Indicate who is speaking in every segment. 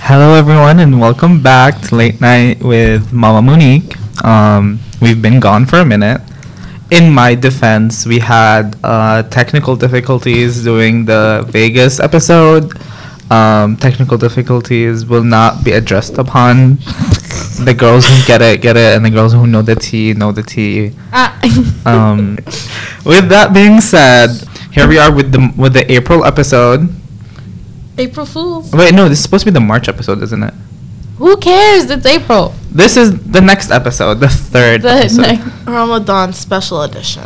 Speaker 1: Hello, everyone, and welcome back to Late Night with Mama Monique. Um, we've been gone for a minute. In my defense, we had uh, technical difficulties doing the Vegas episode. Um, technical difficulties will not be addressed upon. The girls who get it, get it, and the girls who know the tea, know the tea.
Speaker 2: Ah.
Speaker 1: Um, with that being said, here we are with the with the April episode.
Speaker 2: April Fools.
Speaker 1: Wait, no, this is supposed to be the March episode, isn't it?
Speaker 2: Who cares? It's April.
Speaker 1: This is the next episode, the third
Speaker 2: The
Speaker 1: episode.
Speaker 2: next-
Speaker 3: Ramadan special edition.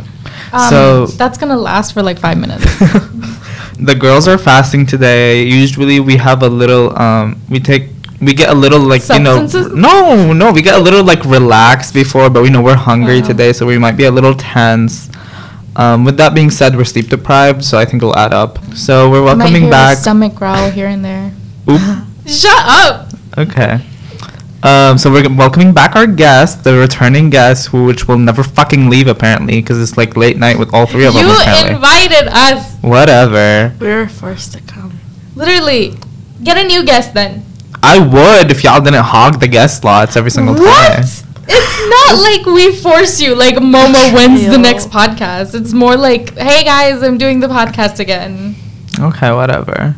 Speaker 2: um,
Speaker 1: So-
Speaker 2: that's gonna last for like five minutes.
Speaker 1: the girls are fasting today. Usually, we have a little. Um, we take. We get a little like
Speaker 2: Substances?
Speaker 1: you know. No, no, we get a little like relaxed before, but we know we're hungry
Speaker 2: Uh-huh.
Speaker 1: today, so we might be a little tense. Um, with that being said, we're sleep deprived, so I think it'll add up. So we're
Speaker 2: Might hear
Speaker 1: welcoming
Speaker 2: a
Speaker 1: back.
Speaker 2: Stomach growl here and there.
Speaker 1: Oop.
Speaker 2: Shut up.
Speaker 1: Okay. Um, so we're g- welcoming back our guest, the returning guest, who which will never fucking leave apparently, because it's like late night with all three of them.
Speaker 2: you
Speaker 1: apparently.
Speaker 2: invited us.
Speaker 1: Whatever.
Speaker 3: We were forced to come.
Speaker 2: Literally. Get a new guest then.
Speaker 1: I would if y'all didn't hog the guest slots every single
Speaker 2: what?
Speaker 1: time.
Speaker 2: It's not like we force you. Like Momo wins the
Speaker 3: Ew.
Speaker 2: next podcast. It's more like, hey guys, I'm doing the podcast again.
Speaker 1: Okay, whatever.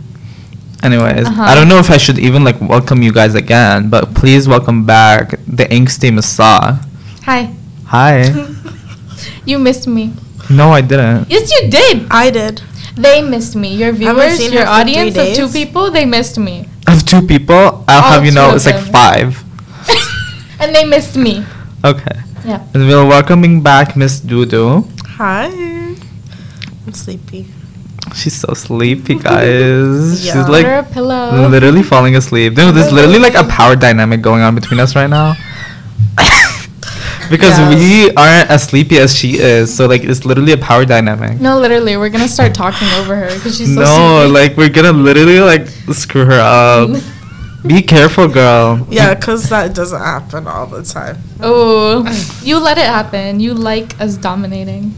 Speaker 1: Anyways,
Speaker 2: Uh-huh.
Speaker 1: I don't know if I should even like welcome you guys again, but please welcome back the Inks team Asa.
Speaker 2: Hi.
Speaker 1: Hi.
Speaker 2: You missed me.
Speaker 1: no, I didn't.
Speaker 2: Yes, you did.
Speaker 3: I did.
Speaker 2: They missed me. Your
Speaker 3: haven't
Speaker 2: viewers,
Speaker 3: seen
Speaker 2: your
Speaker 3: her for three
Speaker 2: audience of two
Speaker 3: days.
Speaker 2: people, they missed me.
Speaker 1: Of two people, I'll have you
Speaker 2: two
Speaker 1: know
Speaker 2: of
Speaker 1: it's like
Speaker 2: them.
Speaker 1: five.
Speaker 2: and they missed me.
Speaker 1: Okay.
Speaker 2: Yeah.
Speaker 1: And we're welcoming back Miss Doodoo.
Speaker 3: Hi. I'm sleepy.
Speaker 1: She's so sleepy, guys.
Speaker 3: Yeah.
Speaker 1: She's
Speaker 2: Under a
Speaker 1: like
Speaker 2: pillow.
Speaker 1: literally falling asleep. No, there's literally like a power dynamic going on between us right now. because
Speaker 3: Yeah.
Speaker 1: we aren't as sleepy as she is, so like it's literally a power dynamic.
Speaker 2: No, literally, we're gonna start talking over her because she's so
Speaker 1: no,
Speaker 2: sleepy.
Speaker 1: like we're gonna literally like screw her up. Be careful, girl.
Speaker 3: Yeah, because that doesn't happen all the time.
Speaker 2: oh, you let it happen. You like us dominating.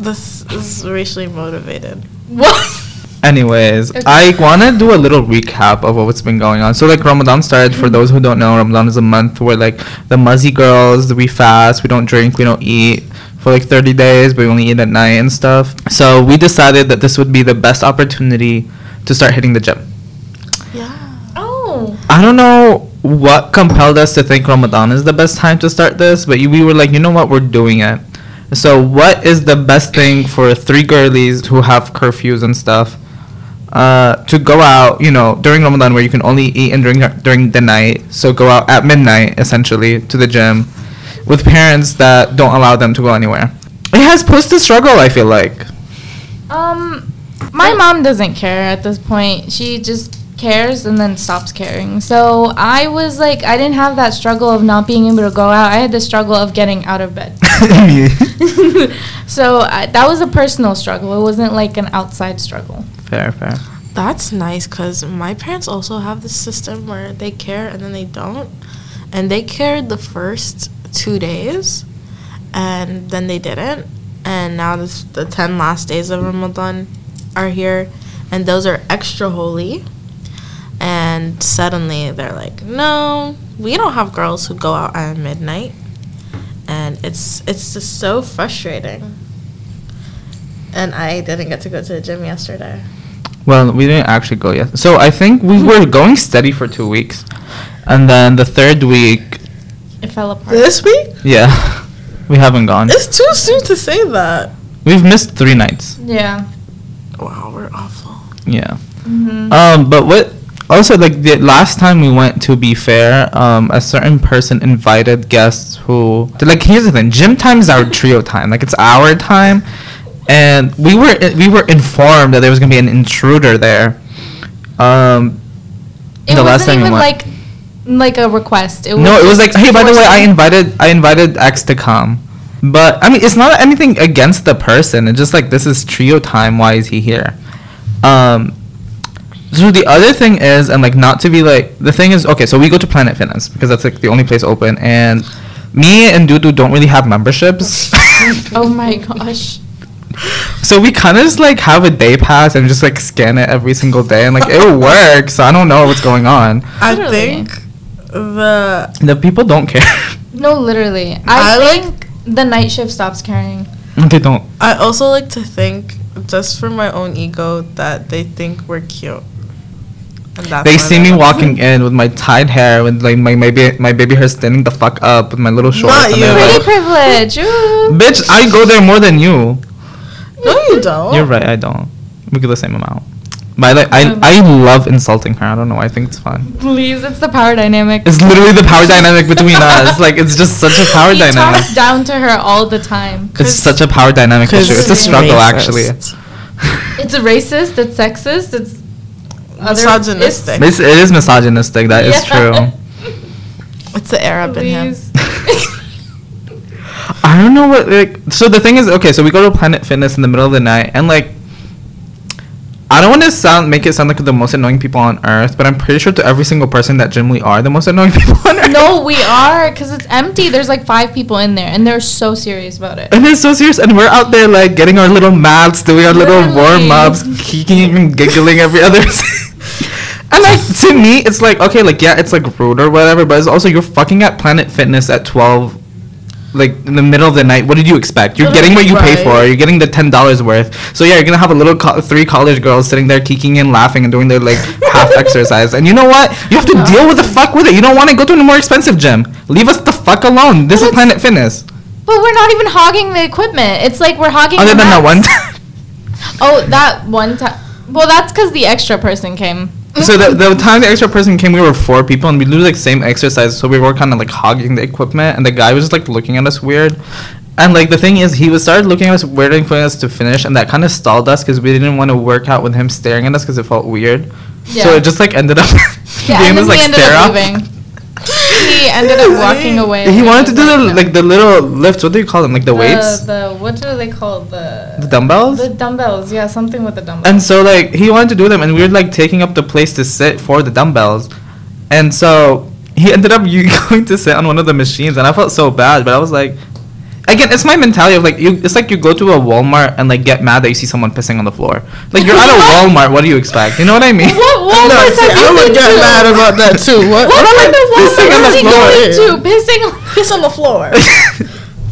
Speaker 3: This is racially motivated.
Speaker 2: What?
Speaker 1: Anyways,
Speaker 2: Okay.
Speaker 1: I wanna do a little recap of what's been going on. So like Ramadan started for those who don't know, Ramadan is a month where like the Muzzy girls, we fast, we don't drink, we don't eat for like 30 days, but we only eat at night and stuff. So we decided that this would be the best opportunity to start hitting the gym.
Speaker 3: Yeah.
Speaker 2: Oh,
Speaker 1: I don't know what compelled us to think Ramadan is the best time to start this, but you- we were like, you know what, we're doing it. So, what is the best thing for three girlies who have curfews and stuff uh, to go out, you know, during Ramadan where you can only eat and drink during the night? So, go out at midnight essentially to the gym with parents that don't allow them to go anywhere. It has posed a struggle, I feel like.
Speaker 2: um, my mom doesn't care at this point. She just cares and then stops caring. So I was like, I didn't have that struggle of not being able to go out. I had the struggle of getting out of bed. so I, that was a personal struggle. It wasn't like an outside struggle.
Speaker 1: fair, fair.
Speaker 3: That's nice because my parents also have this system where they care and then they don't. And they cared the first two days and then they didn't. And now this, the 10 last days of Ramadan are here and those are extra holy. And suddenly they're like, no, we don't have girls who go out at midnight. And it's it's just so frustrating. And I didn't get to go to the gym yesterday.
Speaker 1: Well, we didn't actually go yet. So I think we were going steady for two weeks, and then the third week,
Speaker 2: It fell apart.
Speaker 3: This week?
Speaker 1: yeah, we haven't gone.
Speaker 3: It's too soon to say that.
Speaker 1: We've missed three nights.
Speaker 2: Yeah.
Speaker 3: Wow, we're awful.
Speaker 1: Yeah.
Speaker 2: hmm
Speaker 1: Um, but what? Also, like the last time we went, to be fair, um, a certain person invited guests who, like, here's the thing: gym time is our trio time. Like, it's our time, and we were we were informed that there was gonna be an intruder there. Um,
Speaker 2: It
Speaker 1: the
Speaker 2: wasn't
Speaker 1: last time we
Speaker 2: even
Speaker 1: went.
Speaker 2: like like a request. It
Speaker 1: No, it was like,
Speaker 2: just
Speaker 1: hey, by the way, I
Speaker 2: forcing-
Speaker 1: invited I invited X to come, but I mean, it's not anything against the person. It's just like this is trio time. Why is he here? Um, so the other thing is, and like not to be like the thing is, okay, so we go to Planet Fitness because that's like the only place open, and me and Dudu don't really have memberships.
Speaker 2: Oh my gosh.
Speaker 1: So we kind of just like have a day pass and just like scan it every single day, and like it works. So I don't know what's going on.
Speaker 3: I
Speaker 2: Literally.
Speaker 3: think the
Speaker 1: The people don't care.
Speaker 2: No, literally. I,
Speaker 3: I like-
Speaker 2: think the night shift stops caring.
Speaker 1: they don't.
Speaker 3: I also like to think just for my own ego that they think we're cute. And that's
Speaker 1: They
Speaker 3: why
Speaker 1: see me walking in with my tied hair, with like my my baby, my baby hair standing the fuck up, with my little shorts.
Speaker 3: Not
Speaker 1: and
Speaker 3: you.
Speaker 1: they're
Speaker 2: Pretty
Speaker 1: like,
Speaker 2: privilege. ooh.
Speaker 1: Bitch, I go there more than you.
Speaker 3: No, you don't.
Speaker 1: You're right. I don't. We get the same amount. But I like
Speaker 3: Um.
Speaker 1: I, I love insulting her. I don't know. I think it's fun.
Speaker 2: Please, it's the power dynamic.
Speaker 1: It's literally the power dynamic between us. Like it's just such a power
Speaker 2: he
Speaker 1: dynamic.
Speaker 2: talks down to her all the time.
Speaker 1: It's such a power dynamic issue. It's a struggle actually.
Speaker 2: It's a racist. It's sexist. It's other-
Speaker 3: Misogynistic.
Speaker 1: It's, it is misogynistic. That is
Speaker 2: Yeah.
Speaker 1: true.
Speaker 3: It's the Arab in him.
Speaker 2: Please.
Speaker 1: I don't know what like. So the thing is, okay. So we go to Planet Fitness in the middle of the night, and like, I don't want to sound make it sound like the most annoying people on earth, but I'm pretty sure to every single person that Jim Lee are the most annoying people on earth.
Speaker 2: no, we are because it's empty. There's like five people in there, and they're so serious about it.
Speaker 1: And it's so serious, and we're out there like getting our little mats, doing our little
Speaker 2: Literally.
Speaker 1: warm ups, kicking and giggling every other. and like to me, it's like okay, like yeah, it's like rude or whatever, but it's also you're fucking at Planet Fitness at twelve, like in the middle of the night. What did you expect? You're getting what you pay for.
Speaker 3: Right.
Speaker 1: You're getting the ten dollars worth. So yeah, you're gonna have a little co- three college girls sitting there kicking and laughing and doing their like half exercise. And you know what? You have to deal with the fuck with it. You don't want to go to a more expensive gym. Leave us the fuck alone. This is
Speaker 2: Well,
Speaker 1: Planet
Speaker 2: it's-
Speaker 1: Fitness.
Speaker 2: But we're not even hogging the equipment. It's like we're hogging.
Speaker 1: Other
Speaker 2: the
Speaker 1: than that one
Speaker 2: mats.
Speaker 1: time.
Speaker 2: Oh, that one time. Well, that's because the extra person came.
Speaker 1: So the, the time the extra person came, we were four people, and we do like same exercise. So we were kind of like hogging the equipment, and the guy was just like looking at us weird. And like the thing is, he was started looking at us weird and for us to finish, and that kind of stalled us because we didn't want to work out with him staring at us because it felt weird. So
Speaker 2: Yeah.
Speaker 1: it just like ended up
Speaker 2: Yeah,
Speaker 1: being
Speaker 2: and then
Speaker 1: this like
Speaker 2: he ended
Speaker 1: stare
Speaker 2: up
Speaker 1: up.
Speaker 2: leaving. He ended up walking away.
Speaker 1: He wanted to do the
Speaker 2: no.
Speaker 1: like the little lifts. What do you call them? Like the, weights,
Speaker 2: The, the what do they call
Speaker 1: the
Speaker 2: the
Speaker 1: dumbbells.
Speaker 2: the dumbbells? Yeah, something with the dumbbells.
Speaker 1: And so like he wanted to do them, and we were like taking up the place to sit for the dumbbells, and so he ended up you going to sit on one of the machines, and I felt so bad, but I was like, again, it's my mentality of like you. It's like you go to a Walmart and like get mad that you see someone pissing on the floor. Like you're at a Walmart, what do you expect? You know what I mean?
Speaker 2: what Walmart
Speaker 3: No, see,
Speaker 2: have you
Speaker 3: I would
Speaker 2: been
Speaker 3: get
Speaker 2: to?
Speaker 3: mad about that too. What?
Speaker 1: I'm
Speaker 2: What kind
Speaker 1: like
Speaker 2: of
Speaker 1: pissing on
Speaker 2: Walmart
Speaker 1: the
Speaker 2: is he
Speaker 1: floor.
Speaker 2: going to? Pissing on-
Speaker 3: Piss on the floor.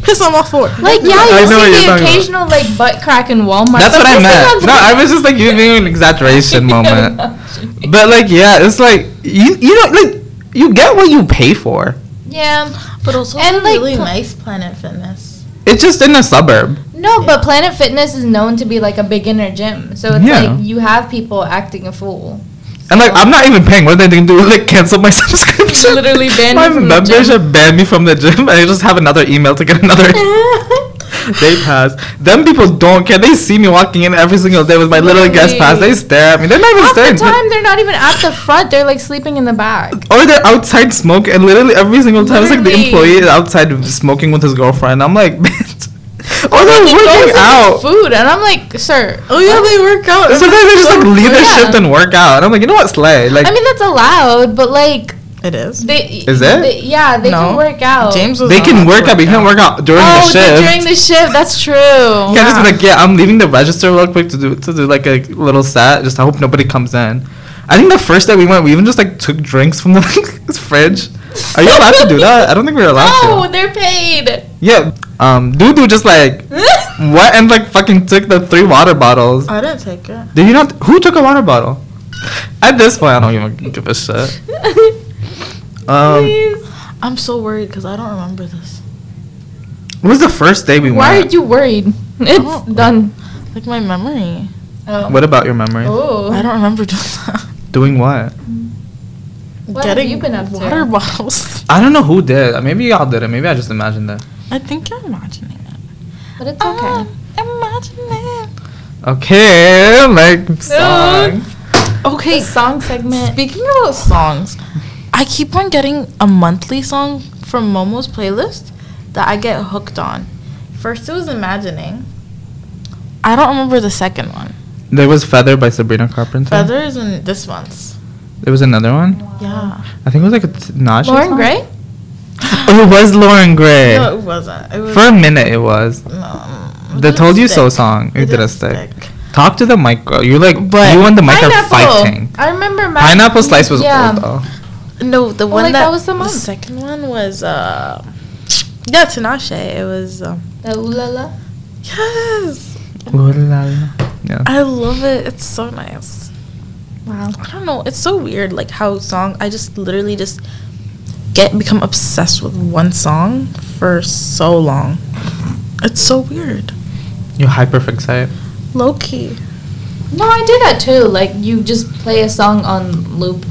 Speaker 3: Piss on my floor.
Speaker 1: I
Speaker 2: like yeah, you
Speaker 1: know what you're
Speaker 2: see the
Speaker 1: talking about.
Speaker 2: occasional like butt crack in Walmart.
Speaker 1: That's what
Speaker 2: but
Speaker 1: I
Speaker 2: pissing on
Speaker 1: meant.
Speaker 2: the-
Speaker 1: No, I was just like you being an exaggeration moment. But like yeah, it's like you you know like you get what you pay for.
Speaker 2: Yeah.
Speaker 4: But also
Speaker 2: And,
Speaker 4: and
Speaker 2: like,
Speaker 4: really
Speaker 2: pl-
Speaker 4: nice Planet Fitness.
Speaker 1: It's just in a suburb.
Speaker 2: No, but Planet Fitness is known to be like a beginner gym, so it's
Speaker 1: Yeah.
Speaker 2: like you have people acting a fool.
Speaker 1: And like I'm not even paying. What are they gonna do? Like cancel my subscription?
Speaker 2: Literally ban
Speaker 1: my
Speaker 2: you from the
Speaker 1: membership.
Speaker 2: gym.
Speaker 1: Ban me from the gym. I just have another email to get another. day pass. Them people don't care. They see me walking in every single day with my little guest pass. They stare at me. They're not even
Speaker 2: Half the
Speaker 1: staring.
Speaker 2: time they're not even at the front; they're like sleeping in the back.
Speaker 1: Or they're outside smoking, and literally every single time it's like the
Speaker 2: Literally.
Speaker 1: employee is outside smoking with his girlfriend. I'm like, bitch. Or
Speaker 2: Like,
Speaker 1: they're
Speaker 2: he goes and
Speaker 1: working
Speaker 2: gets
Speaker 1: out.
Speaker 2: Food, and I'm like, sir.
Speaker 3: Oh yeah, they work out.
Speaker 1: Sometimes they just like leave their
Speaker 2: Yeah.
Speaker 1: shift and work out. And I'm like, you know what, slay. Like,
Speaker 2: I mean, that's allowed, but like
Speaker 3: It is.
Speaker 2: they.
Speaker 1: Is it?
Speaker 2: they- yeah, they
Speaker 3: No.
Speaker 2: can work out.
Speaker 3: James was
Speaker 1: they
Speaker 3: allowed
Speaker 1: can
Speaker 3: to
Speaker 1: work out, but you can't work out during
Speaker 2: oh,
Speaker 1: the shift.
Speaker 2: during the shift, that's true.
Speaker 1: Yeah, just be like, yeah, I'm leaving the register real quick to do to do like a little set. Just I hope nobody comes in. I think the first day we went, we even just like took drinks from the fridge. Are you allowed to do that? I don't think we're allowed
Speaker 2: No,
Speaker 1: to.
Speaker 2: they're paid.
Speaker 1: Yeah, um, Dudu just like what and like fucking took the three water bottles.
Speaker 3: I didn't take it.
Speaker 1: Did you not? Who took a water bottle? At this point, I don't even give a shit. Um,
Speaker 2: Please.
Speaker 4: I'm so worried because I don't remember this.
Speaker 1: it was the first day we
Speaker 2: Why are
Speaker 1: went.
Speaker 2: you worried? It's done.
Speaker 4: Like my memory.
Speaker 2: Oh.
Speaker 1: What about your memory?
Speaker 4: I
Speaker 2: Oh.
Speaker 4: don't remember doing that.
Speaker 1: Doing what?
Speaker 2: What have you been up to?
Speaker 4: water bottles.
Speaker 1: I don't know who did. Maybe y'all did it. Maybe I just imagined it.
Speaker 4: I think you're imagining it.
Speaker 2: But it's okay.
Speaker 4: I'm imagining it.
Speaker 1: Okay, like song.
Speaker 4: Okay.
Speaker 2: The song segment.
Speaker 4: Speaking about songs, I keep on getting a monthly song from Momo's playlist that I get hooked on. First it was Imagining. I don't remember the second one.
Speaker 1: There was Feather by Sabrina Carpenter.
Speaker 4: Feather is in this one's.
Speaker 1: There was another one.
Speaker 4: Yeah.
Speaker 1: I think it was like a t- Nash.
Speaker 2: Lauren Gray?
Speaker 1: Oh, it was Lauren Gray.
Speaker 4: No, it wasn't. It was
Speaker 1: For a minute, it was.
Speaker 4: um,
Speaker 1: The told you so song. It didn't stick. Talk to the mic, girl. You're like you and the mic are
Speaker 2: Pineapple.
Speaker 1: fighting.
Speaker 2: I remember my
Speaker 1: Pineapple slice was old though.
Speaker 4: No, the
Speaker 2: Well,
Speaker 4: one
Speaker 2: like,
Speaker 4: that,
Speaker 2: that was the
Speaker 4: the
Speaker 2: month.
Speaker 4: second one was uh, yeah, Tinashe. It was um,
Speaker 2: The ooh la la.
Speaker 4: yes,
Speaker 1: Ooh la la. Yeah.
Speaker 4: I love it. It's so nice.
Speaker 2: Wow.
Speaker 4: I don't know. It's so weird, like how song. I just literally just get become obsessed with one song for so long. It's so weird,
Speaker 1: You hyperfix it.
Speaker 4: low key.
Speaker 2: No, I do that too. Like you just play a song on loop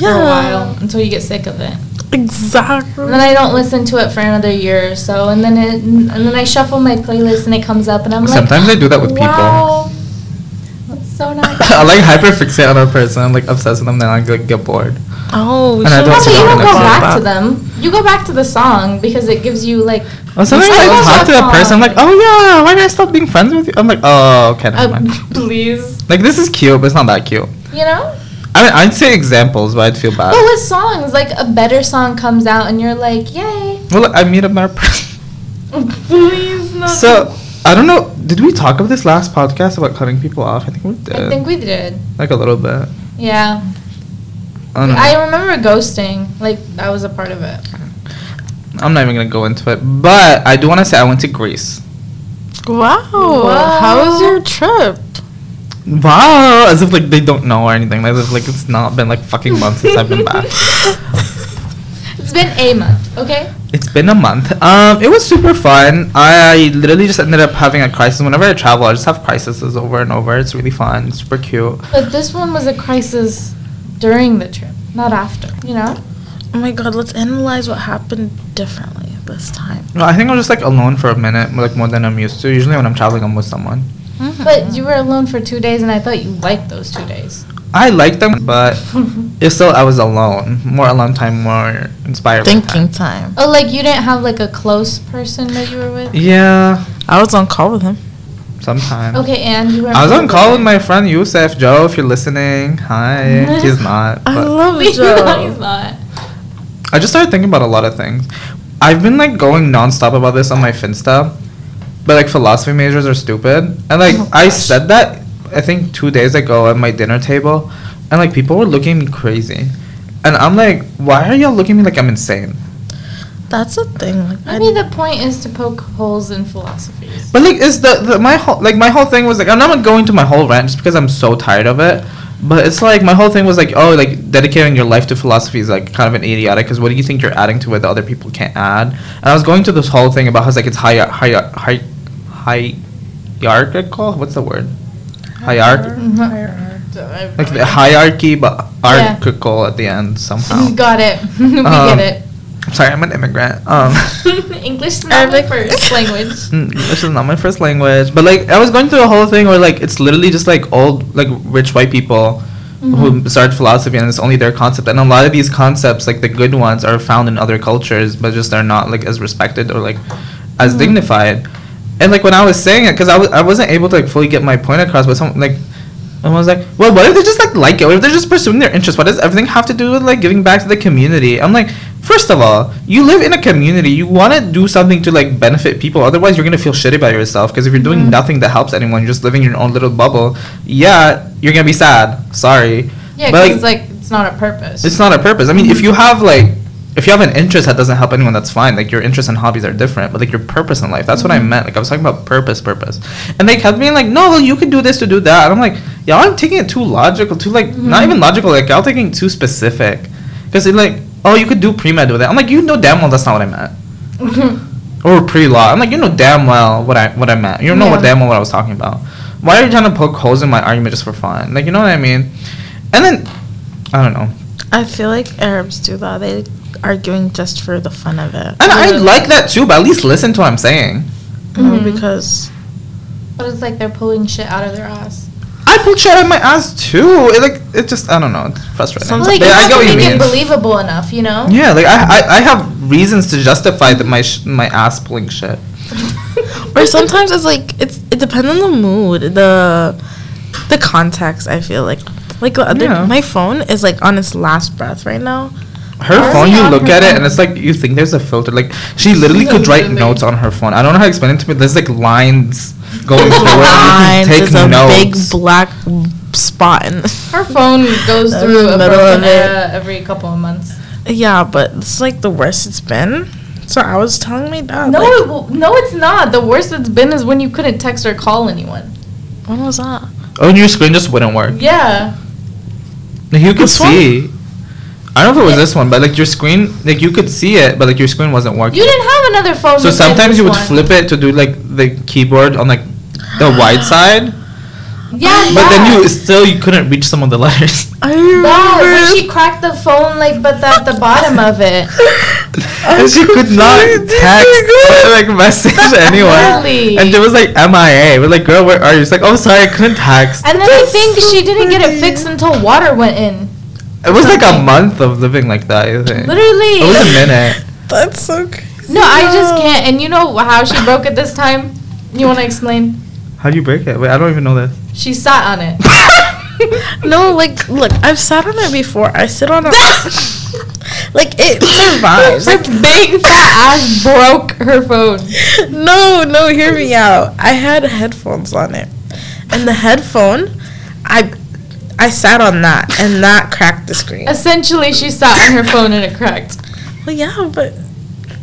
Speaker 2: for a while until you get sick of it.
Speaker 4: exactly.
Speaker 2: And then I don't listen to it for another year or so, and then it, and then I shuffle my playlist and it comes up, and I'm like,
Speaker 1: Sometimes I do that with people.
Speaker 2: wow, people. That's so nice.
Speaker 1: I like hyperfixate on a person. I'm like obsessed with them. Then I like, get bored.
Speaker 4: Oh, we
Speaker 1: And I
Speaker 4: should
Speaker 1: don't
Speaker 2: No,
Speaker 1: That's
Speaker 2: but you
Speaker 1: what I'm gonna
Speaker 2: don't go
Speaker 1: call
Speaker 2: back
Speaker 1: that.
Speaker 2: to them. You go back to the song because it gives you like
Speaker 1: Well, Oh, sometimes
Speaker 2: I
Speaker 1: I
Speaker 2: love
Speaker 1: talk
Speaker 2: that
Speaker 1: to that person. I'm like,
Speaker 2: song.
Speaker 1: oh yeah, why did I stop being friends with you? I'm like, oh okay, never
Speaker 2: a
Speaker 1: mind.
Speaker 2: please,
Speaker 1: Like this is cute, but it's not that cute.
Speaker 2: you know.
Speaker 1: I mean, I'd say examples, but I'd feel bad.
Speaker 2: But with songs, like a better song comes out, and you're like, yay,
Speaker 1: Well, I meet a better person.
Speaker 2: please no.
Speaker 1: So I don't know. Did we talk about this last podcast about cutting people off? I think we did.
Speaker 2: I think we did.
Speaker 1: like a little bit.
Speaker 2: Yeah,
Speaker 1: I don't know.
Speaker 2: I remember ghosting. Like that was a part of it.
Speaker 1: I'm not even gonna go into it, but I do want to say I went to Greece.
Speaker 4: Wow. How was your trip?
Speaker 1: Wow, as if like they don't know or anything. As if like it's not been like fucking months since I've been back.
Speaker 2: It's been a month, okay?
Speaker 1: It's been a month. Um, it was super fun. I literally just ended up having a crisis. Whenever I travel, I just have crises over and over. It's really fun. It's super cute.
Speaker 2: But this one was a crisis during the trip, not after. You know?
Speaker 4: Oh my god, let's analyze what happened differently this time.
Speaker 1: No, I think I'm just like alone for a minute, like more than I'm used to. Usually when I'm traveling, I'm with someone.
Speaker 4: Mm-hmm.
Speaker 2: But you were alone for two days, and I thought you liked those two days.
Speaker 1: I liked them, but if still I was alone. More alone time, more inspired. by time.
Speaker 4: Thinking time.
Speaker 2: Oh, like you didn't have like a close person that you were with?
Speaker 1: Yeah,
Speaker 4: I was on call with him.
Speaker 1: sometimes.
Speaker 2: Okay, and you were.
Speaker 1: I was on call with my friend Yusef Joe. If you're listening, hi. He's not.
Speaker 2: Oh,
Speaker 4: I
Speaker 1: But
Speaker 4: love Joe.
Speaker 2: He's not.
Speaker 1: I just started thinking about a lot of things. I've been like going nonstop about this on my Finsta, but like philosophy majors are stupid. And like I said that I think two days ago at my dinner table, and like people were looking at me crazy, and I'm like, why are y'all looking at me like I'm insane?
Speaker 4: That's a thing. Like, I,
Speaker 2: Maybe the point is to poke holes in philosophies.
Speaker 1: But like, it's the, the my whole like my whole thing was like I'm not going to my whole rant just because I'm so tired of it. But it's like my whole thing was like oh like dedicating your life to philosophy is like kind of an idiotic because what do you think you're adding to it that other people can't add? And I was going to this whole thing about how it's like it's high high high hierarchical. What's the word? Hierarch
Speaker 4: Mm-hmm.
Speaker 1: like the hierarchy but
Speaker 2: Yeah.
Speaker 1: archical at the end somehow.
Speaker 2: Got it. we
Speaker 1: Oh. Um,
Speaker 2: get
Speaker 1: Sorry, I'm an immigrant. Um.
Speaker 2: it. English is not my
Speaker 4: Arabic.
Speaker 2: first language.
Speaker 1: Mm, English is not my first language, but like I was going through a whole thing where like it's literally just like old like rich white people who started philosophy and it's only their concept. And a lot of these concepts, like the good ones, are found in other cultures, but just they're not like as respected or like as dignified. And like when I was saying it, because I was I wasn't able to like fully get my point across, but some like. I was like, well, what if they just like like it? What if they're just pursuing their interest? What does everything have to do with like giving back to the community? I'm like, first of all, you live in a community. You want to do something to like benefit people. Otherwise, you're gonna feel shitty about yourself because if you're doing nothing that helps anyone, you're just living in your own little bubble. Yeah, you're gonna be sad. Sorry.
Speaker 2: Yeah,
Speaker 1: But,
Speaker 2: because like, it's not a purpose.
Speaker 1: It's not a purpose. I mean, if you have like, if you have an interest that doesn't help anyone, that's fine. Like your interests and hobbies are different, but like your purpose in life, that's what I meant. Like I was talking about purpose, purpose, and they kept being like, no, well, you can do this to do that, and I'm like, y'all are taking it too logical, too like not even logical. Like y'all taking it too specific, because it like, oh, you could do pre med with it. I'm like, you know damn well that's not what I meant. Or pre law. I'm like, you know damn well what I what I meant. You know what
Speaker 2: Yeah.
Speaker 1: damn well what I was talking about. Why are you trying to poke holes in my argument just for fun? Like you know what I mean? And then I don't know.
Speaker 4: I feel like Arabs do that. They arguing just for the fun of it.
Speaker 1: And I like that too, but at least listen to what I'm saying.
Speaker 4: You know,
Speaker 2: Mhm.
Speaker 4: because
Speaker 2: But it's like they're pulling shit out of their ass.
Speaker 1: I pulled shit out of my ass too. It like it just I don't know. It's frustrating.
Speaker 4: Sounds
Speaker 2: Like,
Speaker 1: But
Speaker 2: you
Speaker 1: I
Speaker 2: have
Speaker 1: get
Speaker 2: to
Speaker 1: what you
Speaker 2: make it
Speaker 1: mean.
Speaker 2: believable enough, you know?
Speaker 1: Yeah, like I, I I have reasons to justify that my sh- my ass pulling shit.
Speaker 4: or sometimes it's like it's it depends on the mood, the the context. I feel like like the other,
Speaker 1: Yeah.
Speaker 4: my phone is like on its last breath right now.
Speaker 1: Her
Speaker 2: Why is
Speaker 1: phone,
Speaker 2: it
Speaker 1: you
Speaker 2: on
Speaker 1: look
Speaker 2: her
Speaker 1: at it
Speaker 2: phone?
Speaker 1: and it's like you think there's a filter. Like she literally could write
Speaker 2: Literally.
Speaker 1: notes on her phone. I don't know how to explain it to me. There's like lines going to work,
Speaker 3: Mine
Speaker 1: you
Speaker 3: is a
Speaker 1: can take
Speaker 3: big
Speaker 1: notes.
Speaker 3: black spot. in-
Speaker 2: Her phone goes
Speaker 3: In
Speaker 2: through
Speaker 3: the
Speaker 2: a
Speaker 3: middle of
Speaker 2: broken
Speaker 3: it.
Speaker 2: era every couple of months.
Speaker 3: Yeah, but it's like the worst it's been. So I was telling my
Speaker 1: Oh,
Speaker 3: dad.
Speaker 2: No,
Speaker 3: like,
Speaker 2: it, w- no, it's not. The worst it's been is when you couldn't text or call anyone.
Speaker 3: when was that?
Speaker 1: oh, and your screen just wouldn't work.
Speaker 2: Yeah,
Speaker 1: Like, you could
Speaker 3: This one?
Speaker 1: see. I don't know if it was this one, but like your screen, like you could see it, but like your screen wasn't working.
Speaker 2: you didn't have another phone.
Speaker 1: So
Speaker 2: besides this
Speaker 1: sometimes you would
Speaker 2: one.
Speaker 1: flip it to do like the keyboard on like the wide side,
Speaker 2: Yeah,
Speaker 1: but then
Speaker 2: that.
Speaker 1: you still you couldn't reach some of the letters.
Speaker 3: I remember.
Speaker 2: That, when she cracked the phone, like, but at the bottom of it.
Speaker 1: and she could not text or like message anyone.
Speaker 2: Really?
Speaker 1: And there was like MIA. We're like, girl, where are you? She's like, oh, sorry, I couldn't text.
Speaker 2: And then I think she didn't get it fixed until water went in.
Speaker 1: It was like a
Speaker 2: something.
Speaker 1: month of living like that. I think
Speaker 2: Literally.
Speaker 1: it was a minute.
Speaker 3: That's so crazy.
Speaker 2: No, I just can't. And you know how she broke it this time? You want to explain?
Speaker 1: How do you break it? Wait, I don't even know this.
Speaker 2: She sat on it.
Speaker 3: No, like, look, I've sat on it before. I sit on it. like, it survives.
Speaker 2: Her big fat ass broke her phone.
Speaker 3: no, no, hear me out. I had headphones on it. And the headphone, I I sat on that and that cracked the screen.
Speaker 2: Essentially, she sat on her phone and it cracked.
Speaker 3: Well, yeah, but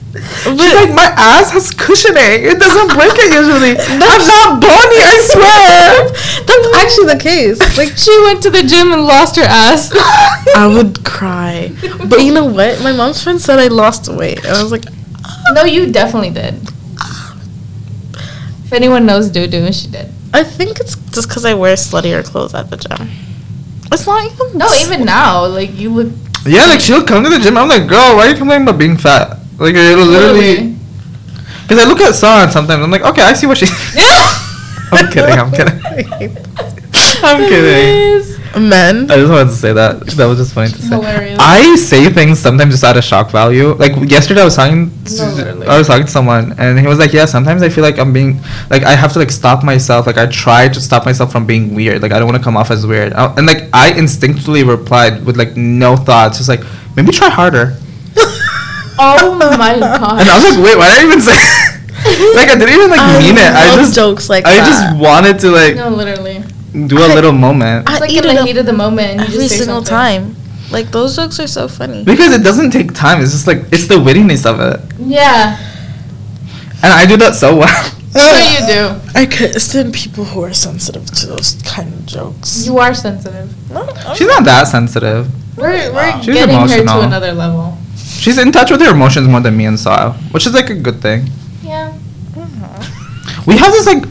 Speaker 1: She's like, my ass has cushioning. It doesn't break it usually. I'm not bony, I swear.
Speaker 3: that's actually the case. Like
Speaker 2: She went to the gym and lost her ass.
Speaker 3: I would cry. But you know what? My mom's friend said I lost weight. And I was like,
Speaker 2: No, you definitely did. If anyone knows doo doo, she did.
Speaker 3: I think it's just because I wear sluttier clothes at the gym. It's not even
Speaker 2: No, even now, like you look
Speaker 1: Yeah, like she'll come to the gym. I'm like, girl, why are you complaining about being fat? Like, you're literally.
Speaker 2: literally.
Speaker 1: Because I look at San sometimes. I'm like, okay, I see what she's. I'm kidding. I'm kidding. I'm kidding.
Speaker 3: Men.
Speaker 1: I just wanted to say that. That was just funny to say.
Speaker 2: Hilarious.
Speaker 1: I say things sometimes just out of shock value. Like yesterday, I was talking. To,
Speaker 2: No, literally.
Speaker 1: I was talking to someone, and he was like, "Yeah, sometimes I feel like I'm being like I have to like stop myself. Like I try to stop myself from being weird. Like I don't want to come off as weird." I- and like I instinctively replied with like no thoughts, just like maybe try harder.
Speaker 2: Oh my god.
Speaker 1: And I was like, "Wait, why did I even say?" like I didn't even like
Speaker 3: I
Speaker 1: mean it. I
Speaker 3: love
Speaker 1: just
Speaker 3: jokes like
Speaker 1: I
Speaker 3: that.
Speaker 1: just wanted to like
Speaker 2: no, literally.
Speaker 1: do a little moment.
Speaker 2: It's
Speaker 3: I
Speaker 2: like in
Speaker 3: eat it
Speaker 2: the
Speaker 3: up
Speaker 2: heat of the moment. And you
Speaker 3: every
Speaker 2: just say
Speaker 3: single
Speaker 2: something.
Speaker 3: time. Like those jokes are so funny.
Speaker 1: Because it doesn't take time. It's just like it's the wittiness of it,
Speaker 2: Yeah.
Speaker 1: and I do that so well.
Speaker 2: Sure you do.
Speaker 3: I could stand people who are sensitive to those kind of jokes.
Speaker 2: You are sensitive.
Speaker 3: No, I'm
Speaker 1: She's not that sensitive.
Speaker 2: We're, we're
Speaker 1: She's
Speaker 2: getting her
Speaker 1: emotional.
Speaker 2: to another level.
Speaker 1: She's in touch with her emotions more than me and Sile, which is like a good thing.
Speaker 2: Yeah.
Speaker 1: We have this like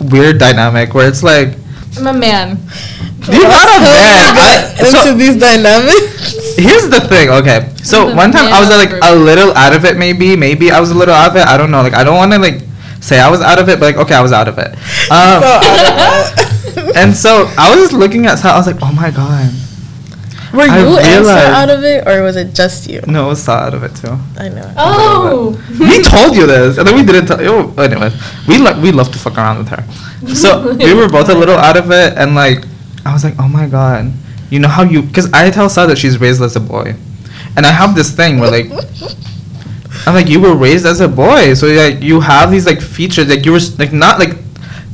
Speaker 1: weird dynamic where it's like
Speaker 2: I'm a man.
Speaker 1: you're not a man. I- so-
Speaker 3: these dynamics.
Speaker 1: Here's the thing, okay. So
Speaker 2: The
Speaker 1: one time I was
Speaker 2: man
Speaker 1: like
Speaker 2: group.
Speaker 1: a little out of it, maybe, maybe I was a little out of it. I don't know. Like I don't want to like say I was out of it, but like okay, I was out of it. Um, and so I was just looking at Sal. I was like, oh my god,
Speaker 3: Were
Speaker 1: I
Speaker 3: you also
Speaker 1: realized-
Speaker 3: out of it, or was it just you?
Speaker 1: no, it was Sal out of it too.
Speaker 3: I know.
Speaker 2: Oh.
Speaker 1: we told you this, and then we didn't tell. Oh, anyway, we lo- we love to fuck around with her. So we were both a little out of it, and like I was like, oh my god, you know how you? Because I tell Sa that she's raised as a boy, and I have this thing where like I'm like you were raised as a boy, so like you have these like features like you were s- like not like.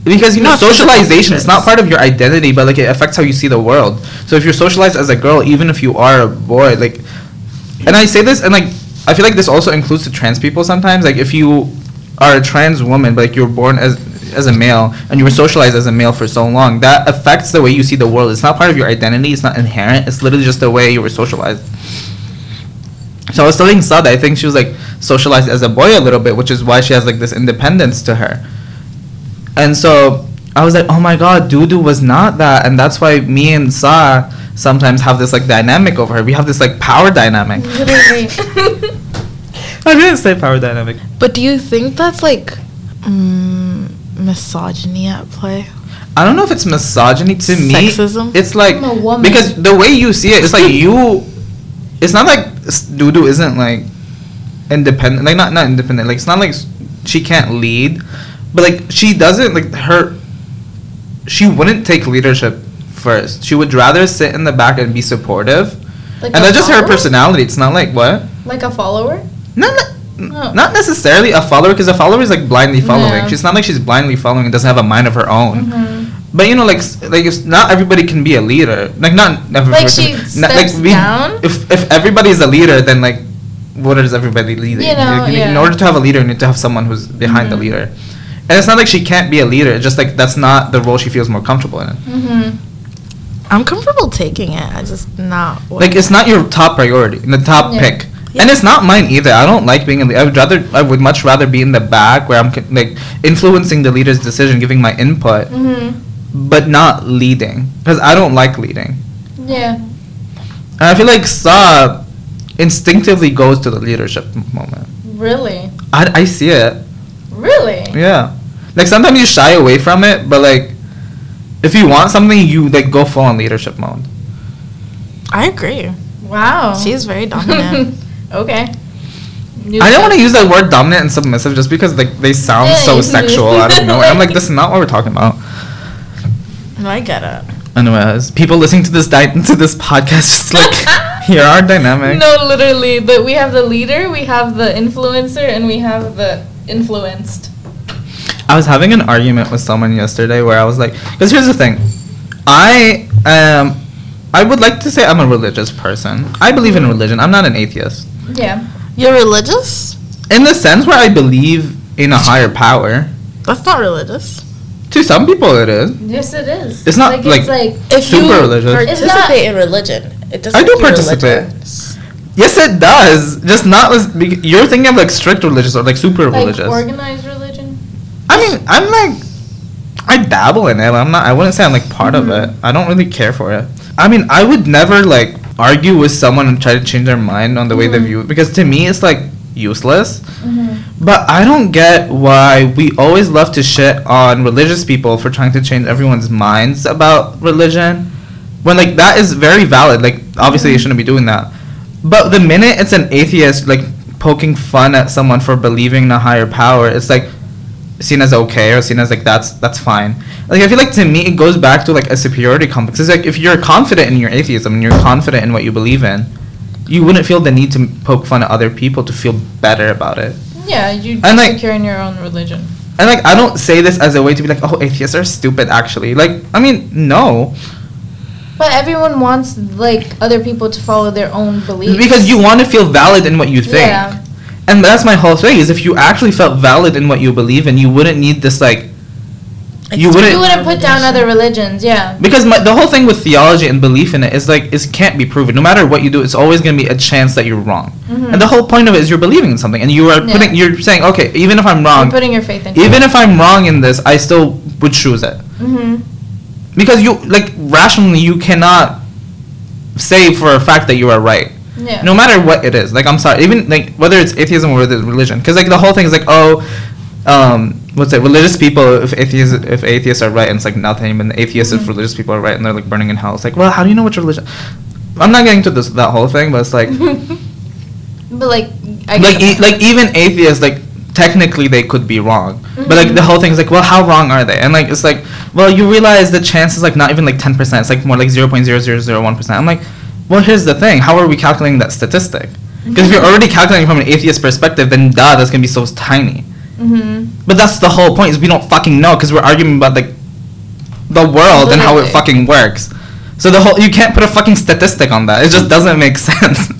Speaker 1: Because you know
Speaker 3: Not physical
Speaker 1: socialization, it's not
Speaker 3: features.
Speaker 1: part of your identity, but like it affects how you see the world. So if you're socialized as a girl, even if you are a boy, like and I say this, and like, I feel like this also includes to trans people sometimes. Like, if you are a trans woman, but like you're born as as a male and you were socialized as a male for so long, that affects the way you see the world. It's not part of your identity. It's not inherent. It's literally just the way you were socialized. So I was telling Sada, I think she was like socialized as a boy a little bit, which is why she has like this independence to her. And so I was like, oh my god, Dudu was not that. And that's why me and Sa sometimes have this like dynamic over her. We have this like power dynamic.
Speaker 2: Literally.
Speaker 1: I didn't say power dynamic.
Speaker 3: But do you think that's like mm, misogyny at play?
Speaker 1: I don't know if it's misogyny to me.
Speaker 3: Sexism?
Speaker 1: It's like
Speaker 2: I'm a woman.
Speaker 1: because the way you see it, it's like you. It's not like s- Dudu isn't like independent. Like not not independent. Like it's not like s- she can't lead, but like she doesn't like her. She wouldn't take leadership first. She would rather sit in the back and be supportive.
Speaker 2: Like
Speaker 1: and
Speaker 2: a
Speaker 1: that's just her
Speaker 2: follower?
Speaker 1: personality. It's not like what.
Speaker 2: Like a follower?
Speaker 1: No, no. Not necessarily a follower, because a follower is like blindly following.
Speaker 2: Oh. Yeah.
Speaker 1: She's not like she's blindly following and doesn't have a mind of her own.
Speaker 2: Mm-hmm.
Speaker 1: But you know, like s- like if not everybody can be a leader. Like not not everybody
Speaker 2: Like,
Speaker 1: can
Speaker 2: she
Speaker 1: be-
Speaker 2: steps down?
Speaker 1: If if everybody's a leader, then like what is everybody leading?
Speaker 2: You know,
Speaker 1: Like, need- In
Speaker 2: yeah. Mm-hmm.
Speaker 1: order to have a leader, you need to have someone who's behind the leader. And it's not like she can't be a leader. It's just like that's not the role she feels more comfortable in.
Speaker 2: Mm-hmm.
Speaker 4: I'm comfortable taking it. I just not.
Speaker 1: Like it's not your top priority, the top
Speaker 2: Yeah.
Speaker 1: pick, and it's not mine either. I don't like being in the. I would rather. I would much rather be in the back where I'm c- like influencing the leader's decision, giving my input,
Speaker 2: Mm-hmm.
Speaker 1: but not leading because I don't like leading.
Speaker 2: Yeah.
Speaker 1: And I feel like Saab instinctively goes to the leadership m- moment.
Speaker 2: Really.
Speaker 1: I, I see it.
Speaker 2: Really.
Speaker 1: Yeah. Like sometimes you shy away from it, but like if you want something, you like go full on leadership mode.
Speaker 4: I agree.
Speaker 2: Wow.
Speaker 4: She's very dominant.
Speaker 2: okay. New
Speaker 1: I don't want
Speaker 2: stuff.
Speaker 1: to use that word dominant and submissive just because like they sound so
Speaker 2: Hey.
Speaker 1: sexual out of nowhere. I'm like, this is not what we're talking about.
Speaker 4: no, I get it.
Speaker 1: Anyways, people listening to this di- to this podcast is like, here are dynamics.
Speaker 2: No, literally, the, we have the leader, we have the influencer, and we have the influenced.
Speaker 1: I was having an argument with someone yesterday where I was like, because here's the thing, I um, I would like to say I'm a religious person. I believe in religion. I'm not an atheist
Speaker 2: Yeah.
Speaker 4: You're religious?
Speaker 1: in the sense where I believe in a higher power.
Speaker 4: That's not religious.
Speaker 1: To some people, it is.
Speaker 2: Yes, it is.
Speaker 1: It's not,
Speaker 2: it's
Speaker 1: like-
Speaker 2: like
Speaker 4: If
Speaker 1: Super religious.
Speaker 2: It's not-
Speaker 4: in religion, it doesn't.
Speaker 1: I do
Speaker 4: make you
Speaker 1: participate.
Speaker 4: religious.
Speaker 1: Yes, it does. Just not as big. You're thinking of like strict religious or like super religious.
Speaker 2: like organized religion.
Speaker 1: I mean, I'm like, I dabble in it. but I'm not. I wouldn't say I'm like part of it. I don't really care for it. I mean, I would never like argue with someone and try to change their mind on the way they view it because to me it's like useless.
Speaker 2: Mm-hmm.
Speaker 1: But I don't get why we always love to shit on religious people for trying to change everyone's minds about religion. When like that is very valid. Like obviously you shouldn't be doing that. But the minute it's an atheist like poking fun at someone for believing in a higher power, it's like seen as okay or seen as like that's that's fine. Like I feel like to me it goes back to like a superiority complex. It's like if you're confident in your atheism and you're confident in what you believe in, you wouldn't feel the need to poke fun at other people to feel better about it.
Speaker 2: Yeah, you
Speaker 1: And, like-
Speaker 2: secure in your own religion.
Speaker 1: And like I don't say this as a way to be like, oh atheists are stupid actually. Like I mean no.
Speaker 2: But everyone wants like other people to follow their own beliefs.
Speaker 1: Because you want to feel valid in what you think.
Speaker 2: Yeah.
Speaker 1: And that's my whole thing is if you actually felt valid in what you believe in, you wouldn't need this like you
Speaker 4: External
Speaker 1: wouldn't
Speaker 2: You wouldn't put down other religions, yeah.
Speaker 1: because my, the whole thing with theology and belief in it is like it can't be proven no matter what you do it's always going to be a chance that you're wrong and the whole point of it is you're believing in something and you are
Speaker 2: Mm-hmm. Yeah.
Speaker 1: putting you're saying okay even if i'm wrong
Speaker 2: You're putting your faith in.
Speaker 1: Um, even if i'm wrong in this i still would choose it
Speaker 2: hmm
Speaker 1: because you like rationally you cannot say for a fact that you are right
Speaker 2: Yeah.
Speaker 1: no matter what it is like i'm sorry even like whether it's atheism or whether it's religion because like the whole thing is like oh um what's it religious people if atheists if atheists are right and it's like nothing and atheists if religious people are right and they're like burning in hell it's like well how do you know which religion i'm not getting to this that whole thing but it's like
Speaker 2: But like, I
Speaker 1: like e-
Speaker 2: guess-
Speaker 1: like even atheists like technically they could be wrong but
Speaker 2: Mm-hmm.
Speaker 1: like the whole thing's like well how wrong are they and like it's like well you realize the chance is like not even like 10% it's like more like 0.0001% i'm like well here's the thing how are we calculating that statistic because if
Speaker 2: Mm-hmm.
Speaker 1: you're already calculating from an atheist perspective then duh that's gonna be so tiny
Speaker 2: Mhm.
Speaker 1: but that's the whole point is we don't fucking know because we're arguing about like the world and how it
Speaker 2: Literally.
Speaker 1: fucking works. So the whole you can't put a fucking statistic on that. It just doesn't make sense.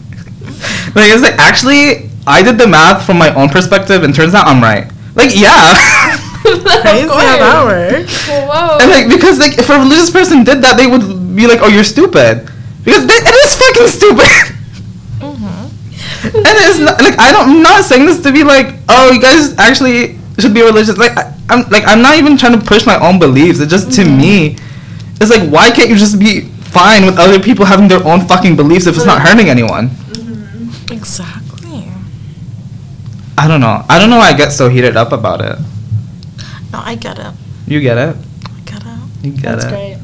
Speaker 1: like it's like actually I did the math from my own perspective and turns out I'm right. Like yeah.
Speaker 4: Crazy how that works.
Speaker 2: Whoa.
Speaker 1: and like because like if a religious person did that they would be like oh you're stupid because they, it is fucking stupid.
Speaker 2: Mm-hmm.
Speaker 1: and it's not like I don't, I'm not saying this to be like, oh, you guys actually should be religious. Like I, I'm like I'm not even trying to push my own beliefs. It just to me,
Speaker 2: Mm-hmm.
Speaker 1: it's like why can't you just be fine with other people having their own fucking beliefs if it's not hurting anyone?
Speaker 4: Exactly.
Speaker 1: I don't know. I don't know why I get so heated up about it.
Speaker 4: No, I get it.
Speaker 1: You get it.
Speaker 4: I get it.
Speaker 1: You get
Speaker 2: That's
Speaker 1: it.
Speaker 2: great.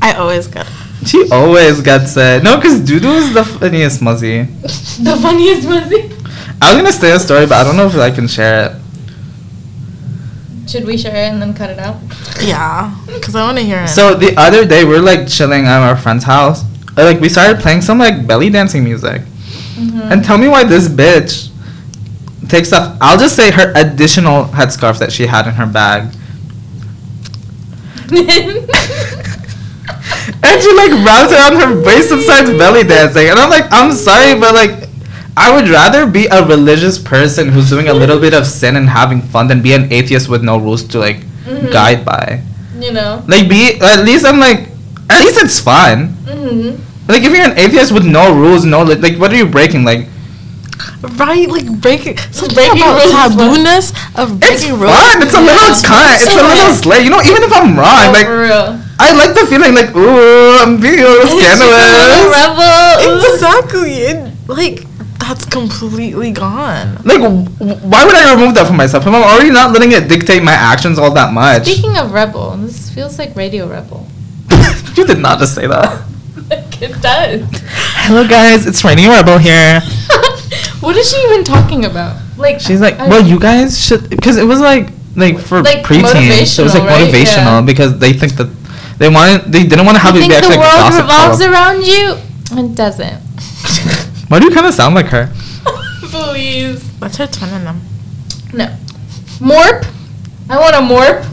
Speaker 4: I always get it.
Speaker 1: She always gets it. No, because Dudu is the funniest muzzy.
Speaker 2: The funniest movie.
Speaker 1: I was gonna say a story, but I don't know if I can share it.
Speaker 2: Should we share it and then cut it out?
Speaker 4: Yeah, because I want to hear it.
Speaker 1: So the other day we were like chilling at our friend's house. Uh, Like we started playing some like belly dancing music. And tell me why this bitch takes off. I'll just say her additional headscarf that she had in her bag, and she like wraps it around her waist and starts belly dancing. And I'm like, I'm sorry, but like, I would rather be a religious person who's doing a little bit of sin and having fun than be an atheist with no rules to like
Speaker 2: Mhm.
Speaker 1: guide by.
Speaker 2: you know.
Speaker 1: Like, be at least I'm like, at least it's fun.
Speaker 2: hmm
Speaker 1: Like, if you're an atheist with no rules, no li- like, what are you breaking? Like,
Speaker 3: Right, like breaking something
Speaker 2: Breaking rules
Speaker 3: about
Speaker 2: is what-
Speaker 3: tabooness
Speaker 1: it's
Speaker 3: of breaking rules.
Speaker 1: fun. It's a little cunt. It's a little slay. You know, even if I'm wrong,
Speaker 2: Oh,
Speaker 1: like,
Speaker 2: for real.
Speaker 1: I like the feeling like, ooh, I'm being a little
Speaker 2: Little
Speaker 1: scandalous.
Speaker 2: rebel. ooh.
Speaker 3: Exactly. It,
Speaker 4: Like, that's completely gone.
Speaker 1: Like, w- w- why would I remove that from myself? If I'm already not letting it dictate my actions all that much.
Speaker 2: Speaking of rebel, this feels like Radio Rebel.
Speaker 1: you did not just say that.
Speaker 2: Like it does.
Speaker 1: Hello, guys. It's Rainy Rebel here.
Speaker 2: what is she even talking about? Like
Speaker 1: She's like,
Speaker 2: I-
Speaker 1: well, you guys should, because it was like, like for
Speaker 2: Like,
Speaker 1: preteens, it was like motivational
Speaker 2: motivational, right? Yeah.
Speaker 1: because they think that they wanted, they didn't want to have
Speaker 2: you
Speaker 1: it be
Speaker 2: think
Speaker 1: actually
Speaker 2: the
Speaker 1: like a
Speaker 2: world
Speaker 1: gossip
Speaker 2: revolves
Speaker 1: column.
Speaker 2: around you? It doesn't.
Speaker 1: Why do you kind of sound like her?
Speaker 2: Please.
Speaker 4: What's her tononym?
Speaker 2: No. Morp. I want a morp.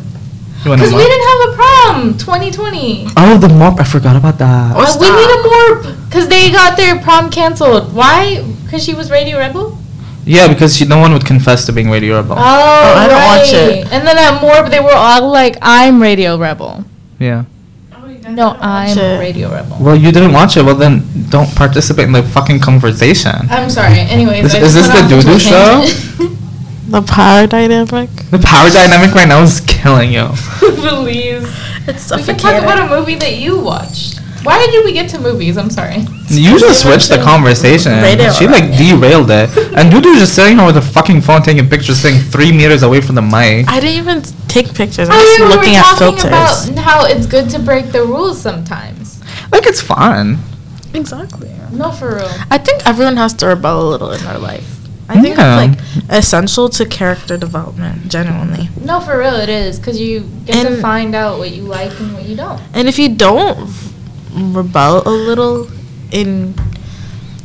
Speaker 1: You want a
Speaker 2: Because we
Speaker 1: mop?
Speaker 2: didn't have a prom 2020.
Speaker 1: Oh, the mop! I forgot about that.
Speaker 4: Oh,
Speaker 2: Uh, we
Speaker 4: stop.
Speaker 2: need a morp. Because they got their prom canceled. Why? Because she was Radio Rebel?
Speaker 1: Yeah, because she, no one would confess to being Radio Rebel.
Speaker 2: Oh,
Speaker 4: I don't watch
Speaker 2: right.
Speaker 4: it.
Speaker 2: And then at morp, they were all like, I'm Radio Rebel.
Speaker 1: yeah.
Speaker 2: No, I'm
Speaker 4: it.
Speaker 2: Radio Rebel.
Speaker 1: Well, you didn't watch it. Well, then don't participate in the fucking conversation.
Speaker 2: I'm sorry. Anyways,
Speaker 1: This-
Speaker 2: I
Speaker 1: is
Speaker 2: just
Speaker 1: this
Speaker 2: went
Speaker 1: the
Speaker 2: off
Speaker 1: doo-doo
Speaker 2: into a tangent.
Speaker 4: The power dynamic.
Speaker 1: The power dynamic right now is killing you.
Speaker 2: Please.
Speaker 4: It's
Speaker 2: We can talk about a movie that you watched. Why did we get to movies? I'm sorry.
Speaker 1: You just switched the conversation.
Speaker 4: Radio
Speaker 1: she like derailed it, and Dudu was just sitting here with a fucking phone taking pictures, sitting three meters away from the mic.
Speaker 4: I didn't even take pictures. I'm
Speaker 2: I
Speaker 4: just
Speaker 2: mean, we
Speaker 4: looking
Speaker 2: were
Speaker 4: at
Speaker 2: talking
Speaker 4: filters.
Speaker 2: about how it's good to break the rules sometimes.
Speaker 1: Like it's fun.
Speaker 4: exactly.
Speaker 2: No, for real.
Speaker 4: I think everyone has to rebel a little in their life. I think
Speaker 1: Yeah.
Speaker 4: it's like essential to character development, genuinely.
Speaker 2: No, for real, it is because you get to
Speaker 4: And-
Speaker 2: find out what you like and what you don't.
Speaker 4: And if you don't rebel a little in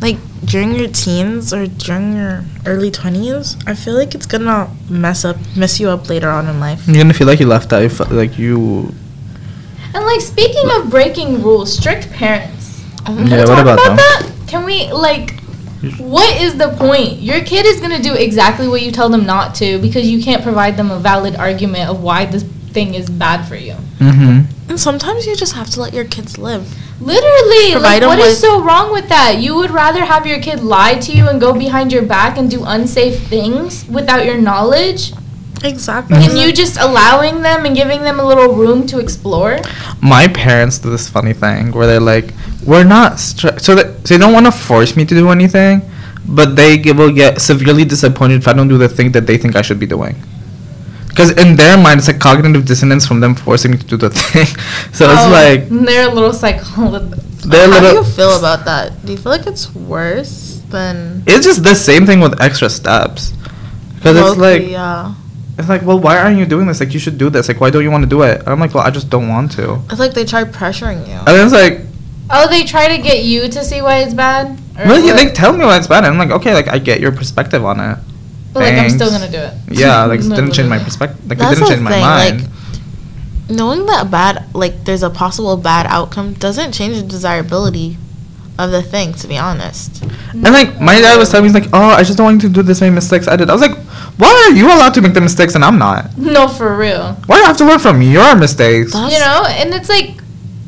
Speaker 4: like during your teens or during your early 20s, I feel like it's going to mess up mess you up later on in life.
Speaker 1: You're gonna feel like you left out. You felt like you.
Speaker 2: And like speaking of breaking rules, strict parents. Can we
Speaker 1: Yeah, what
Speaker 2: talk
Speaker 1: about them?
Speaker 2: that? Can we like? What is the point? Your kid is gonna do exactly what you tell them not to because you can't provide them a valid argument of why this thing is bad for you.
Speaker 1: Mm-hmm.
Speaker 4: And sometimes you just have to let your kids live.
Speaker 2: Literally,
Speaker 4: Provide
Speaker 2: like,
Speaker 4: 'em
Speaker 2: what is
Speaker 4: with-
Speaker 2: so wrong with that? You would rather have your kid lie to you and go behind your back and do unsafe things without your knowledge,
Speaker 4: Exactly.
Speaker 2: and
Speaker 1: Mm-hmm.
Speaker 2: you just allowing them and giving them a little room to explore.
Speaker 1: my parents did this funny thing where they're like, "We're not stri- so that so they don't want to force me to do anything, but they g- will get severely disappointed if I don't do the thing that they think I should be doing." Because in their mind, it's a cognitive dissonance from them forcing me to do the thing. so it's
Speaker 2: Oh,
Speaker 1: like
Speaker 2: they're a little psycho.
Speaker 1: they're
Speaker 4: How do
Speaker 1: little.
Speaker 4: you feel about that? Do you feel like it's worse than
Speaker 1: it's just the same thing with extra steps. Because it's
Speaker 4: Mostly,
Speaker 1: like
Speaker 4: yeah.
Speaker 1: it's like, well, why aren't you doing this? Like you should do this. Like why don't you want to do it? And I'm like, well, I just don't want to.
Speaker 4: It's like they try pressuring you.
Speaker 1: And then it's like,
Speaker 2: Oh, they try to get you to see why it's bad. Or
Speaker 1: well, you
Speaker 2: what?
Speaker 1: like tell me why it's bad. And I'm like, okay, like I get your perspective on it.
Speaker 2: but like I'm still
Speaker 1: thanks.
Speaker 2: gonna do it.
Speaker 1: Yeah, like it
Speaker 2: No,
Speaker 1: didn't change my
Speaker 2: literally.
Speaker 1: perspective. Like
Speaker 4: Mm-hmm. That's
Speaker 1: it didn't
Speaker 4: the
Speaker 1: change
Speaker 4: thing,
Speaker 1: my mind.
Speaker 4: like- Knowing that bad, like there's a possible bad outcome, doesn't change the desirability of the thing. To be honest,
Speaker 1: and like my dad was telling me, he's like, "Oh, I just don't want you to do this many mistakes I did." I was like, "Why are you allowed to make the mistakes and I'm not?
Speaker 2: No, for real.
Speaker 1: Why do I have to learn from your mistakes?"
Speaker 4: That's-
Speaker 2: You know, and it's like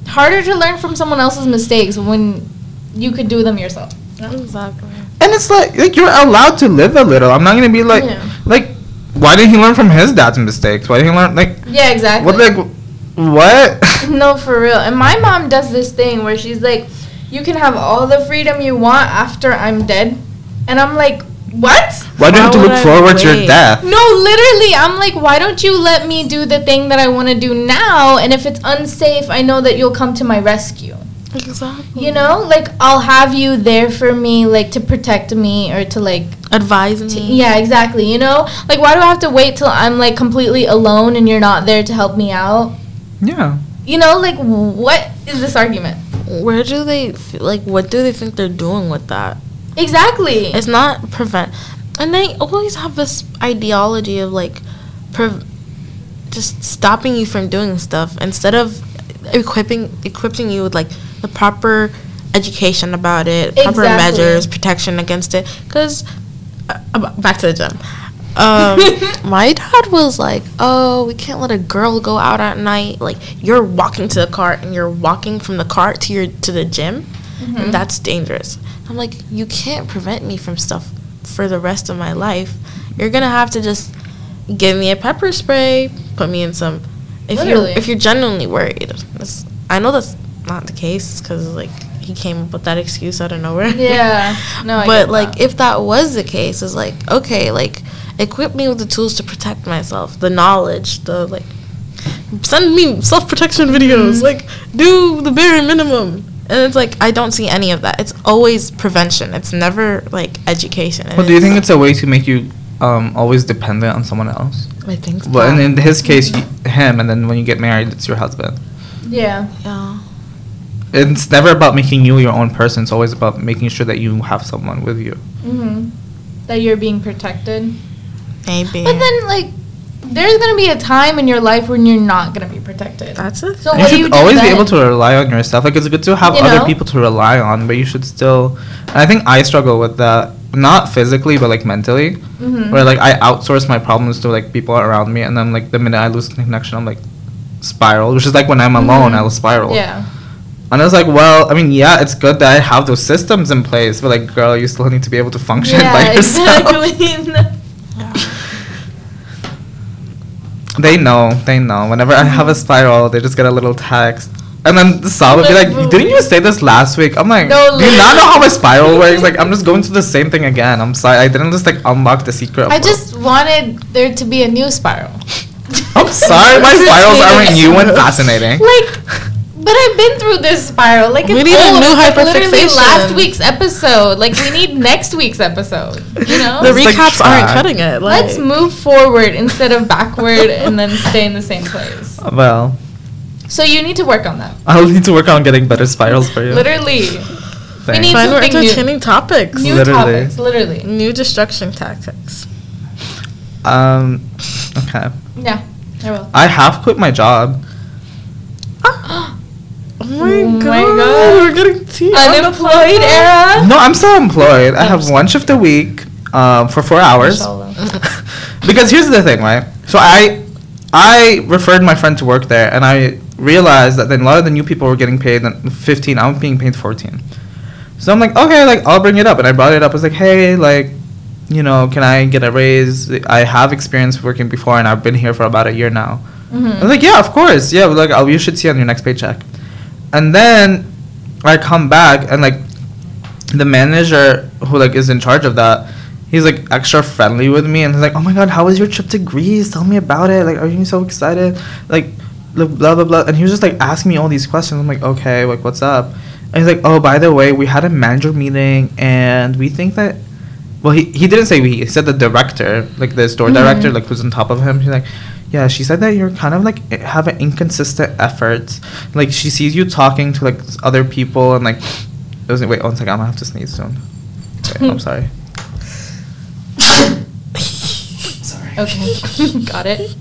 Speaker 2: harder to learn from someone else's mistakes when you could do them yourself.
Speaker 4: exactly.
Speaker 1: And it's like, like you're allowed to live a little. I'm not gonna be like,
Speaker 2: Yeah.
Speaker 1: like, why didn't he learn from his dad's mistakes? Why didn't he learn like
Speaker 2: Yeah, exactly.
Speaker 1: what like what?
Speaker 2: No, for real. And my mom does this thing where she's like, "You can have all the freedom you want after I'm dead," and I'm like, "What?"
Speaker 1: Why do you have to
Speaker 4: would
Speaker 1: look
Speaker 4: I
Speaker 1: forward to your
Speaker 4: wait?
Speaker 1: death?
Speaker 2: No, literally, I'm like, why don't you let me do the thing that I want to do now? And if it's unsafe, I know that you'll come to my rescue.
Speaker 4: Exactly.
Speaker 3: Hmm.
Speaker 2: You know, like I'll have you there for me, like to protect me or to like,
Speaker 4: Advise me.
Speaker 2: to,
Speaker 3: Hmm.
Speaker 2: yeah, exactly. You know, like why do I have to wait till I'm like completely alone and you're not there to help me out?
Speaker 1: Yeah.
Speaker 2: You know, like what is this argument?
Speaker 4: Where do they feel, like? What do they think they're doing with that?
Speaker 2: Exactly.
Speaker 4: It's not prevent.
Speaker 3: And they always have this ideology of like, prev- just stopping you from doing stuff instead of equipping equipping you with like the proper education about it, proper
Speaker 2: Exactly.
Speaker 3: measures, protection against it. Because uh, ab- back to the gym. Um, my dad was like, "Oh, we can't let a girl go out at night. Like you're walking to the cart and you're walking from the cart to your to the gym, and that's dangerous." I'm like, "You can't prevent me from stuff for the rest of my life. You're gonna have to just give me a pepper spray, put me in some. If
Speaker 2: Literally.
Speaker 3: you if you're genuinely worried, that's, I know that's not the case because like he came up with that excuse out of nowhere.
Speaker 2: Yeah. No, I
Speaker 3: but
Speaker 2: get
Speaker 3: like
Speaker 2: that.
Speaker 3: if that was the case, it's like okay, like equip me with the tools to protect myself, the knowledge, the like. Send me self protection
Speaker 2: Mm-hmm.
Speaker 3: videos. Like do the bare minimum. And it's like I don't see any of that. It's always prevention. It's never like education.
Speaker 1: Well, do you think it's a way to make you um, always dependent on someone else?
Speaker 3: I think so.
Speaker 1: Well, and in his case, y him, and then when you get married, it's your husband.
Speaker 2: yeah.
Speaker 3: yeah.
Speaker 1: It's never about making you your own person. It's always about making sure that you have someone with you.
Speaker 2: hmm That you're being protected.
Speaker 3: Maybe.
Speaker 2: But then, like, there's gonna be a time in your life when you're not gonna be protected.
Speaker 3: that's it.
Speaker 2: So
Speaker 1: you
Speaker 2: what do
Speaker 1: should
Speaker 2: you do
Speaker 1: always be
Speaker 2: then?
Speaker 1: able to rely on yourself. Like it's good to have
Speaker 2: You
Speaker 1: other
Speaker 2: know?
Speaker 1: people to rely on, but you should still. And I think I struggle with that, not physically, but like mentally,
Speaker 2: Mhm.
Speaker 1: where like I outsource my problems to like people around me, and then like the minute I lose connection, I'm like spiral, which is like when I'm alone, I'll spiral.
Speaker 2: Mm-hmm. Yeah.
Speaker 1: And I was like, well, I mean, yeah, it's good that I have those systems in place, but like, girl, you still need to be able to function by
Speaker 2: yeah.
Speaker 1: yourself.
Speaker 2: Exactly.
Speaker 1: They know, they know. Whenever I have
Speaker 2: Mm.
Speaker 1: a spiral, they just get a little text. And then Sal would be like, didn't you say this last week? I'm like,
Speaker 2: No,
Speaker 1: do you not
Speaker 2: literally.
Speaker 1: know how my spiral works? Like, I'm just going through the same thing again. I'm sorry. I didn't just, like, unlock the secret.
Speaker 2: I
Speaker 1: of-
Speaker 2: just wanted there to be a new spiral.
Speaker 1: I'm sorry. My spirals aren't new and fascinating.
Speaker 2: Like, but I've been through this spiral. Like,
Speaker 3: We
Speaker 2: it's
Speaker 3: need a
Speaker 2: old.
Speaker 3: new
Speaker 2: It's, like, Literally
Speaker 3: hyperfixation.
Speaker 2: last week's episode. Like, we need next week's episode. You know.
Speaker 3: the
Speaker 1: It's like
Speaker 3: recaps aren't
Speaker 1: trash.
Speaker 3: cutting it. Like,
Speaker 2: Let's move forward instead of backward and then stay in the same place.
Speaker 1: well,
Speaker 2: So you need to work on that.
Speaker 1: I'll need to work on getting better spirals for you.
Speaker 2: Literally.
Speaker 1: Thanks.
Speaker 2: need-
Speaker 3: find more
Speaker 2: something new.
Speaker 3: entertaining topics.
Speaker 2: New
Speaker 1: Literally.
Speaker 2: topics, literally.
Speaker 3: New destruction tactics.
Speaker 1: um, okay.
Speaker 2: Yeah, I will.
Speaker 1: I have quit my job.
Speaker 3: Oh
Speaker 2: Oh
Speaker 3: my
Speaker 2: my
Speaker 3: god,
Speaker 2: God.
Speaker 3: we're getting tea.
Speaker 2: Unemployed era.
Speaker 1: No, I'm still employed.
Speaker 2: Oh,
Speaker 1: I have one shift a week um, for four hours. because here's the thing, right? So I I referred my friend to work there, and I realized that then a lot of the new people were getting paid than 15. I was being paid 14. So I'm like, okay, like I'll bring it up, and I brought it up. I was like, hey, like, you know, can I get a raise? I have experience working before, and I've been here for about a year now.
Speaker 2: Mm-hmm.
Speaker 1: I was like, yeah, of course, yeah, but like I'll, you should see on your next paycheck. And then I come back, and like the manager who like is in charge of that he's like extra friendly with me and he's like oh my god how was your trip to greece tell me about it like are you so excited like blah blah blah, blah. and he was just like asking me all these questions i'm like okay like what's up and he's like oh by the way we had a manager meeting and we think that well he, he didn't say we he said the director like the store director like who's on top of him he's like yeah she said that you're kind of like i- have an inconsistent effort like she sees you talking to like s- other people and like it was wait one second i'm gonna have to sneeze soon Wait, i'm sorry
Speaker 2: Okay, got it.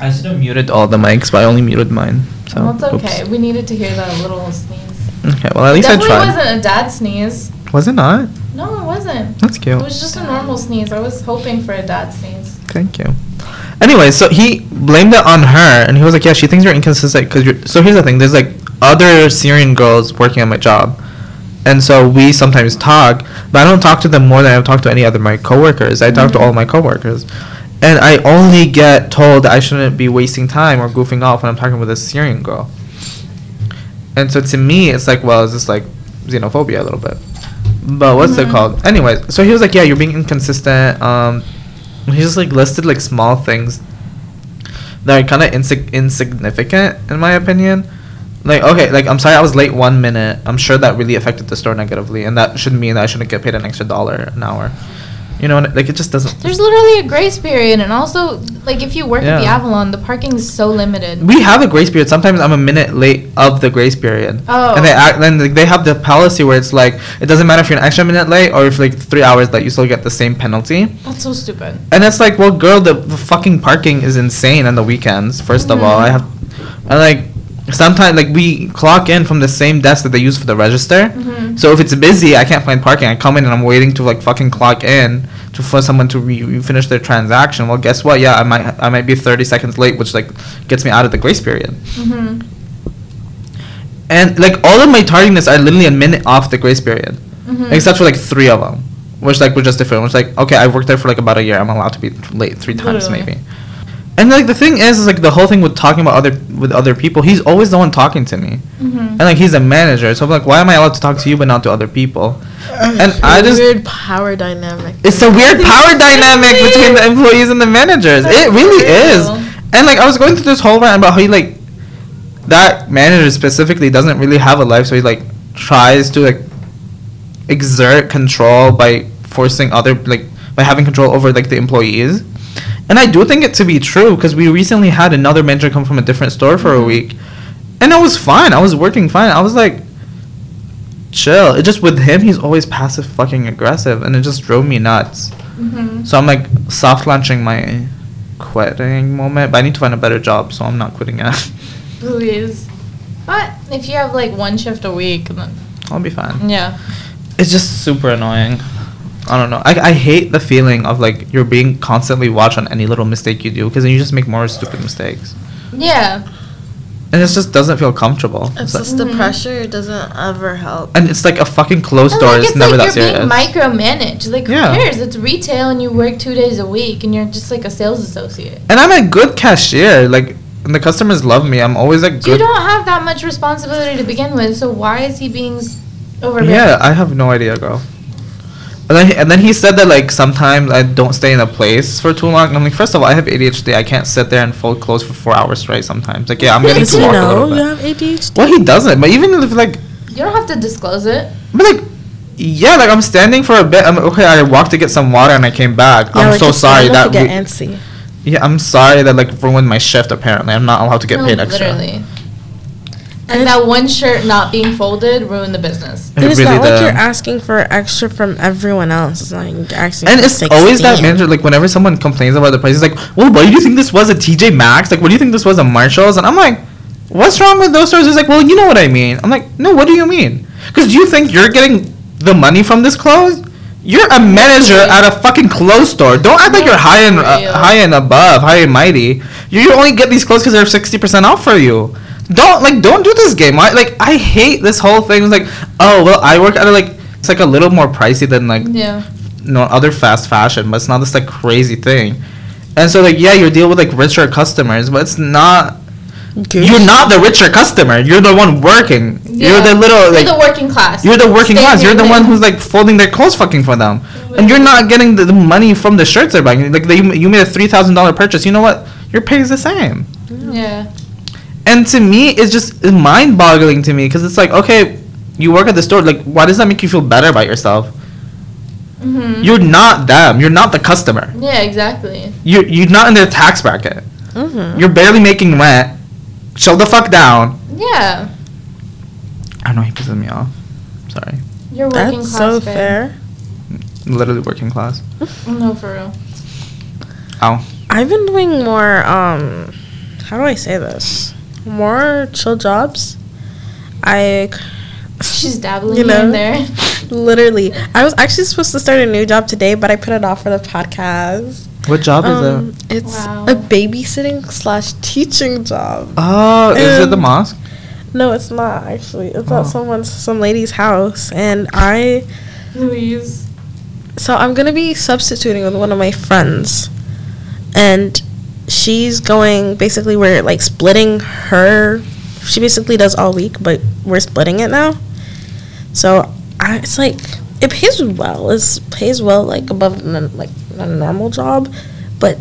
Speaker 1: i should have muted all the mics but i only muted mine so
Speaker 2: Well, it's okay.
Speaker 1: oops.
Speaker 2: We needed to hear that little sneeze.
Speaker 1: okay well at least i
Speaker 2: Definitely
Speaker 1: tried
Speaker 2: wasn't a dad sneeze.
Speaker 1: was it not
Speaker 2: No, it wasn't.
Speaker 1: that's
Speaker 2: It
Speaker 1: cute
Speaker 2: was just a normal sneeze. I was hoping for a dad sneeze.
Speaker 1: Thank you. Anyway, so he blamed it on her, and he was like, "Yeah, she thinks you're inconsistent." Cause you're so here's the thing: there's like other Syrian girls working at my job, and so we sometimes talk, but I don't talk to them more than I talk to any other my coworkers. I talk to all my coworkers, and I only get told that I shouldn't be wasting time or goofing off when I'm talking with a Syrian girl. And so to me, it's like, well, is this like xenophobia a little bit? But what's it called? Anyway, so he was like, yeah, you're being inconsistent. Um, he just like listed like small things that are kind of insig- insignificant in my opinion. Like, okay, like I'm sorry I was late one minute. I'm sure that really affected the store negatively, and that should mean that I shouldn't get paid an extra dollar an hour. You know, what I- like it just doesn't.
Speaker 2: There's literally a grace period, and also like if you work at the
Speaker 1: Yeah.
Speaker 2: Avalon, the parking's so limited.
Speaker 1: We have a grace period. Sometimes I'm a minute late of the grace period.
Speaker 2: Oh.
Speaker 1: And they act, then like, they have the policy where it's like it doesn't matter if you're an extra minute late or if like three hours late, you still get the same penalty.
Speaker 2: That's so stupid.
Speaker 1: And it's like, well, girl, the, the fucking parking is insane on the weekends. 1st of all, I have, I like, sometimes like we clock in from the same desk that they use for the register. So if it's busy, I can't find parking. I come in and I'm waiting to like fucking clock in to for someone to re- re- finish their transaction. Well, guess what? Yeah, I might I might be 30 seconds late, which like gets me out of the grace period.
Speaker 2: Mm-hmm.
Speaker 1: And like all of my tardiness are literally a minute off the grace period,
Speaker 2: Mhm.
Speaker 1: except for like three of them, which like were just different. Which like okay, I worked there for like about a year. I'm allowed to be late three times
Speaker 2: Literally.
Speaker 1: maybe. And like the thing is, is like the whole thing with talking about other with other people. He's always the one talking to me,
Speaker 2: Mm-hmm.
Speaker 1: and like he's a manager. So I'm like, why am I allowed to talk to you but not to other people? And I just
Speaker 3: weird power dynamic.
Speaker 1: it's a weird power dynamic between the employees and the managers. it really is.
Speaker 2: real.
Speaker 1: And like I was going through this whole rant about how he like that manager specifically doesn't really have a life, so he like tries to like exert control by forcing other like by having control over like the employees. And I do think it to be true because we recently had another manager come from a different store for a week, and I was fine. I was working fine. I was like, chill. It just with him, he's always passive fucking aggressive, and it just drove me nuts.
Speaker 2: Mm-hmm.
Speaker 1: So I'm like soft launching my quitting moment, but I need to find a better job, so I'm not quitting yet.
Speaker 2: Please. But if you have like one shift a week, then
Speaker 1: I'll be fine.
Speaker 2: yeah.
Speaker 1: It's just super annoying. I don't know. I, I hate the feeling of like you're being constantly watched on any little mistake you do because then you just make more stupid mistakes.
Speaker 2: Yeah.
Speaker 1: And it just doesn't feel comfortable.
Speaker 3: It's
Speaker 1: It's like-
Speaker 3: just the
Speaker 2: Mm-hmm.
Speaker 3: pressure doesn't ever help.
Speaker 1: and it's like a fucking closed
Speaker 2: And,
Speaker 1: door.
Speaker 2: like,
Speaker 1: it's, never
Speaker 2: like
Speaker 1: that
Speaker 2: you're
Speaker 1: serious.
Speaker 2: being micromanaged. Like
Speaker 1: Yeah.
Speaker 2: who cares? It's retail and you work two days a week and you're just like a sales associate.
Speaker 1: and I'm a good cashier. Like, and the customers love me. I'm always like
Speaker 2: You
Speaker 1: good.
Speaker 2: don't have that much responsibility to begin with, so why is he being s- overbearing?
Speaker 1: Yeah, I have no idea, girl. And then, he, and then he said that like sometimes I don't stay in a place for too long. I'm like, first of all, I have ADHD. I can't sit there and fold clothes for four hours straight. Sometimes, like, yeah, I'm getting
Speaker 3: Did
Speaker 1: to
Speaker 3: you
Speaker 1: walk a little
Speaker 3: know you
Speaker 1: bit.
Speaker 3: have ADHD?
Speaker 1: Well, he doesn't. But even if like,
Speaker 2: You don't have to disclose it.
Speaker 1: but like, yeah, like I'm standing for a bit. I'm okay. I walked to get some water and I came back. I'm so sorry that
Speaker 3: get
Speaker 1: we-
Speaker 3: antsy.
Speaker 1: yeah, I'm sorry that like ruined my shift. Apparently, I'm not allowed to get
Speaker 2: No,
Speaker 1: paid extra.
Speaker 2: Literally. And that one shirt not being folded ruined the business.
Speaker 1: It
Speaker 3: And it's
Speaker 1: really uh,
Speaker 3: not like
Speaker 1: does.
Speaker 3: you're asking for extra from everyone else. It's not like you're asking.
Speaker 1: And
Speaker 3: for
Speaker 1: it's always that
Speaker 3: 16.
Speaker 1: manager, like whenever someone complains about the prices, like, well, what do you think this was a TJ Maxx? Like, what do you think this was a Marshalls? And I'm like, what's wrong with those stores? He's like, well, you know what I mean. I'm like, no, what do you mean? Because do you think you're getting the money from this clothes? You're a manager at a fucking clothes store. Don't act like you're high and
Speaker 2: Real.
Speaker 1: uh, high and above, high and mighty. You you only get these clothes because they're sixty percent off for you. Don't like don't do this game. I like I hate this whole thing. It's like oh well, I work at a, like it's like a little more pricey than like
Speaker 2: Yeah.
Speaker 1: no other fast fashion, but it's not this like crazy thing. And so like yeah, you deal with like richer customers, but it's not. You're not the richer customer. You're the one working. You're the little like
Speaker 2: you're the working class.
Speaker 1: you're the working
Speaker 2: Stay
Speaker 1: class. You're the
Speaker 2: here.
Speaker 1: one who's like folding their clothes fucking for them, and you're not getting the, the money from the shirts they're buying. Like they, you made a three thousand dollar purchase. You know what? Your pay is the same.
Speaker 2: Yeah.
Speaker 1: And to me, it's just mind boggling to me because it's like okay, you work at the store. Like why does that make you feel better about yourself?
Speaker 2: Mm-hmm. hmm
Speaker 1: You're not them. You're not the customer.
Speaker 2: Yeah, exactly.
Speaker 1: You're you're not in their tax bracket.
Speaker 3: Mm-hmm.
Speaker 1: You're barely making rent. Chill the fuck down.
Speaker 2: Yeah.
Speaker 1: I know he pisses me off. Sorry,
Speaker 2: You're working class.
Speaker 3: That's so
Speaker 2: babe.
Speaker 3: fair.
Speaker 1: literally working class.
Speaker 2: No, for real.
Speaker 1: Ow.
Speaker 3: I've been doing more. Um, how do I say this? More chill jobs. I c-
Speaker 2: She's dabbling
Speaker 3: You
Speaker 2: here
Speaker 3: know?
Speaker 2: and there.
Speaker 3: literally. I was actually supposed to start a new job today, but I put it off for the podcast.
Speaker 1: What job is
Speaker 3: Um,
Speaker 1: it?
Speaker 3: it's
Speaker 2: Wow.
Speaker 3: a babysitting slash teaching job.
Speaker 1: Oh, is it the
Speaker 3: um,
Speaker 1: mosque?
Speaker 3: No, it's not actually. It's
Speaker 1: Oh.
Speaker 3: at someone's some lady's house, and I.
Speaker 2: Louise.
Speaker 3: So I'm gonna be substituting with one of my friends, and she's going. Basically, we're like splitting her. She basically does all week, but we're splitting it now. So I, it's like it pays well. It pays well, like above n- like a normal job, but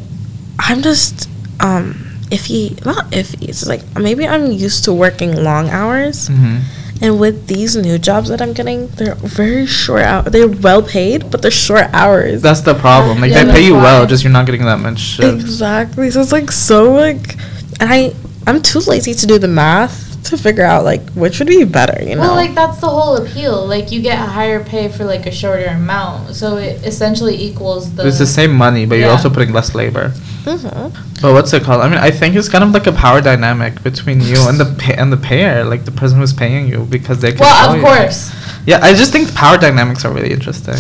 Speaker 3: I'm just um iffy. Not iffy. It's like maybe I'm used to working long hours
Speaker 1: Mm-hmm.
Speaker 3: And with these new jobs that I'm getting, they're very short hours. They're well paid, but they're short hours.
Speaker 1: That's the problem. Like
Speaker 2: Yeah,
Speaker 1: they pay you
Speaker 2: that's
Speaker 1: well,
Speaker 2: why.
Speaker 1: just you're not getting that much shifts.
Speaker 3: Exactly. So it's like so like, and I I'm too lazy to do the math to figure out like which would be better. You know.
Speaker 2: Well, like that's the whole appeal. Like you get a higher pay for like a shorter amount, so it essentially equals the.
Speaker 1: It's the same money, but you're
Speaker 2: Yeah.
Speaker 1: also putting less labor.
Speaker 3: Mhm.
Speaker 1: But what's it called? I mean, I think it's kind of like a power dynamic between you and the pay- and the payer, like the person who's paying you, because they.
Speaker 2: Well,
Speaker 1: control
Speaker 2: of
Speaker 1: you.
Speaker 2: course,
Speaker 1: Yeah, I just think power dynamics are really interesting.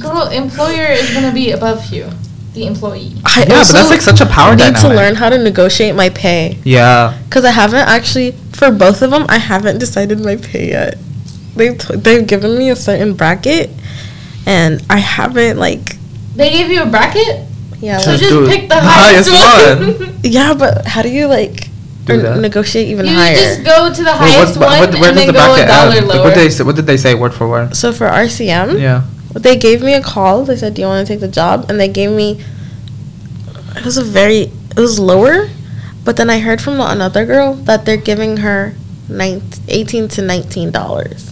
Speaker 2: girl, employer is gonna be above you, the employee.
Speaker 3: I
Speaker 1: yeah, but that's like such a power
Speaker 3: need
Speaker 1: dynamic.
Speaker 3: to learn how to negotiate my pay
Speaker 1: Yeah,
Speaker 3: because I haven't actually for both of them I haven't decided my pay yet. They've t- they've given me a certain bracket, and I haven't like
Speaker 2: They gave you a bracket,
Speaker 3: yeah
Speaker 2: so
Speaker 1: Just
Speaker 3: like,
Speaker 2: just
Speaker 1: do it.
Speaker 2: pick the
Speaker 1: The
Speaker 2: highest,
Speaker 1: highest
Speaker 2: one.
Speaker 3: yeah. But how do you like
Speaker 1: Do
Speaker 3: or
Speaker 1: that.
Speaker 3: negotiate even
Speaker 2: you
Speaker 3: higher?
Speaker 2: just go to the
Speaker 1: Wait, what's
Speaker 2: highest
Speaker 1: ba-
Speaker 2: one
Speaker 1: what-
Speaker 2: and then
Speaker 1: the
Speaker 2: go a
Speaker 1: bracket
Speaker 2: dollar
Speaker 1: end? Like,
Speaker 2: lower.
Speaker 1: what did they say? What did they say word for word?
Speaker 3: so for RCM,
Speaker 1: Yeah,
Speaker 3: they gave me a call. They said, "Do you want to take the job?" And they gave me. It was a very. It was lower, but then I heard from the- another girl that they're giving her nine, 18 to nineteen dollars.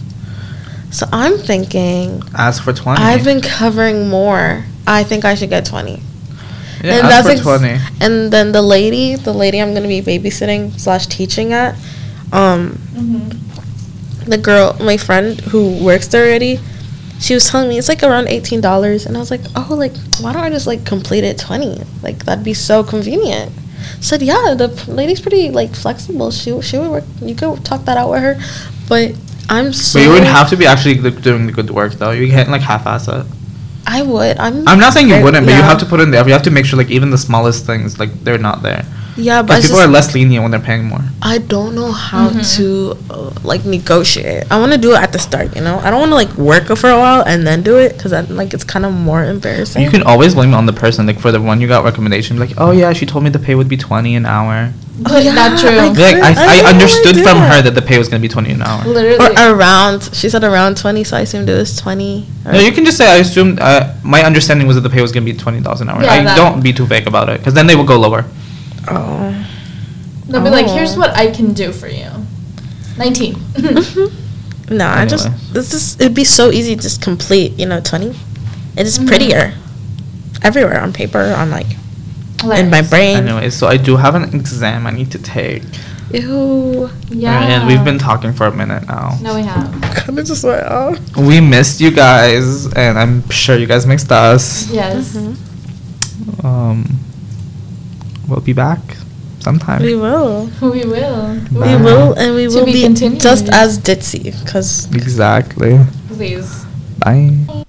Speaker 3: So I'm thinking
Speaker 1: ask for twenty.
Speaker 3: I've been covering more. I think I should get twenty.
Speaker 1: yeah,
Speaker 3: and
Speaker 1: ask
Speaker 3: that's
Speaker 1: for
Speaker 3: ex-
Speaker 1: twenty.
Speaker 3: And then the lady, the lady I'm gonna be babysitting slash teaching at, um,
Speaker 2: Mm-hmm.
Speaker 3: the girl, my friend who works there already, she was telling me it's like around eighteen dollars, and I was like, oh, like why don't I just like complete it twenty? Like that'd be so convenient. Said yeah, the p- lady's pretty like flexible. She she would work. You could talk that out with her, but I'm so.
Speaker 1: But you wouldn't have to be actually like, doing the good work though. You can't like half-ass it.
Speaker 3: I would. I'm.
Speaker 1: I'm not saying you
Speaker 3: I-
Speaker 1: wouldn't, but you
Speaker 3: yeah.
Speaker 1: have to put in the effort. You have to make sure like even the smallest things like they're not there.
Speaker 3: Yeah, but I
Speaker 1: Because people
Speaker 3: just-
Speaker 1: are less lenient when they're paying more.
Speaker 3: I don't know how to uh, like negotiate. I want to do it at the start, you know. I don't want to like work for a while and then do it because then like it's kind of more embarrassing.
Speaker 1: You can always blame it on the person. Like for the one you got recommendation, like oh yeah, she told me the pay would be twenty an hour.
Speaker 2: But not true.
Speaker 3: I-
Speaker 1: Like I,
Speaker 3: I don't know
Speaker 1: I
Speaker 3: why I
Speaker 1: understood
Speaker 3: did
Speaker 1: from her
Speaker 3: that.
Speaker 1: that the pay was gonna be twenty an hour.
Speaker 3: or uh,
Speaker 2: Literally,
Speaker 3: around. She said around twenty, so I assumed it was twenty. Or,
Speaker 1: No, you can just say I assumed. Uh, my understanding was that the pay was gonna be twenty dollars an hour.
Speaker 2: Yeah,
Speaker 1: I
Speaker 2: that-
Speaker 1: don't be too vague about it, because then they will go lower.
Speaker 3: oh,
Speaker 2: they'll be like,
Speaker 3: Oh.
Speaker 2: "Here's what I can do for you." Nineteen.
Speaker 3: no, Mm-hmm. I just
Speaker 1: Anyway.
Speaker 3: this is it'd be so easy to just complete, you know, twenty. It is prettier everywhere on paper, on like in my brain.
Speaker 1: Anyway, so I do have an exam I need to take,
Speaker 3: Ew,
Speaker 2: Yeah.
Speaker 1: and we've been talking for a minute now.
Speaker 2: No, we have.
Speaker 3: kind of just went off.
Speaker 1: We missed you guys, and I'm sure you guys missed us.
Speaker 2: Yes.
Speaker 3: Mm-hmm.
Speaker 2: Mm-hmm.
Speaker 1: Um, we'll be back sometime.
Speaker 3: We will,
Speaker 2: We will.
Speaker 1: Bye.
Speaker 3: we will, and we
Speaker 2: To
Speaker 3: will
Speaker 2: be
Speaker 3: be
Speaker 2: continued.
Speaker 3: just as ditzy because
Speaker 1: exactly.
Speaker 2: Please.
Speaker 1: Bye.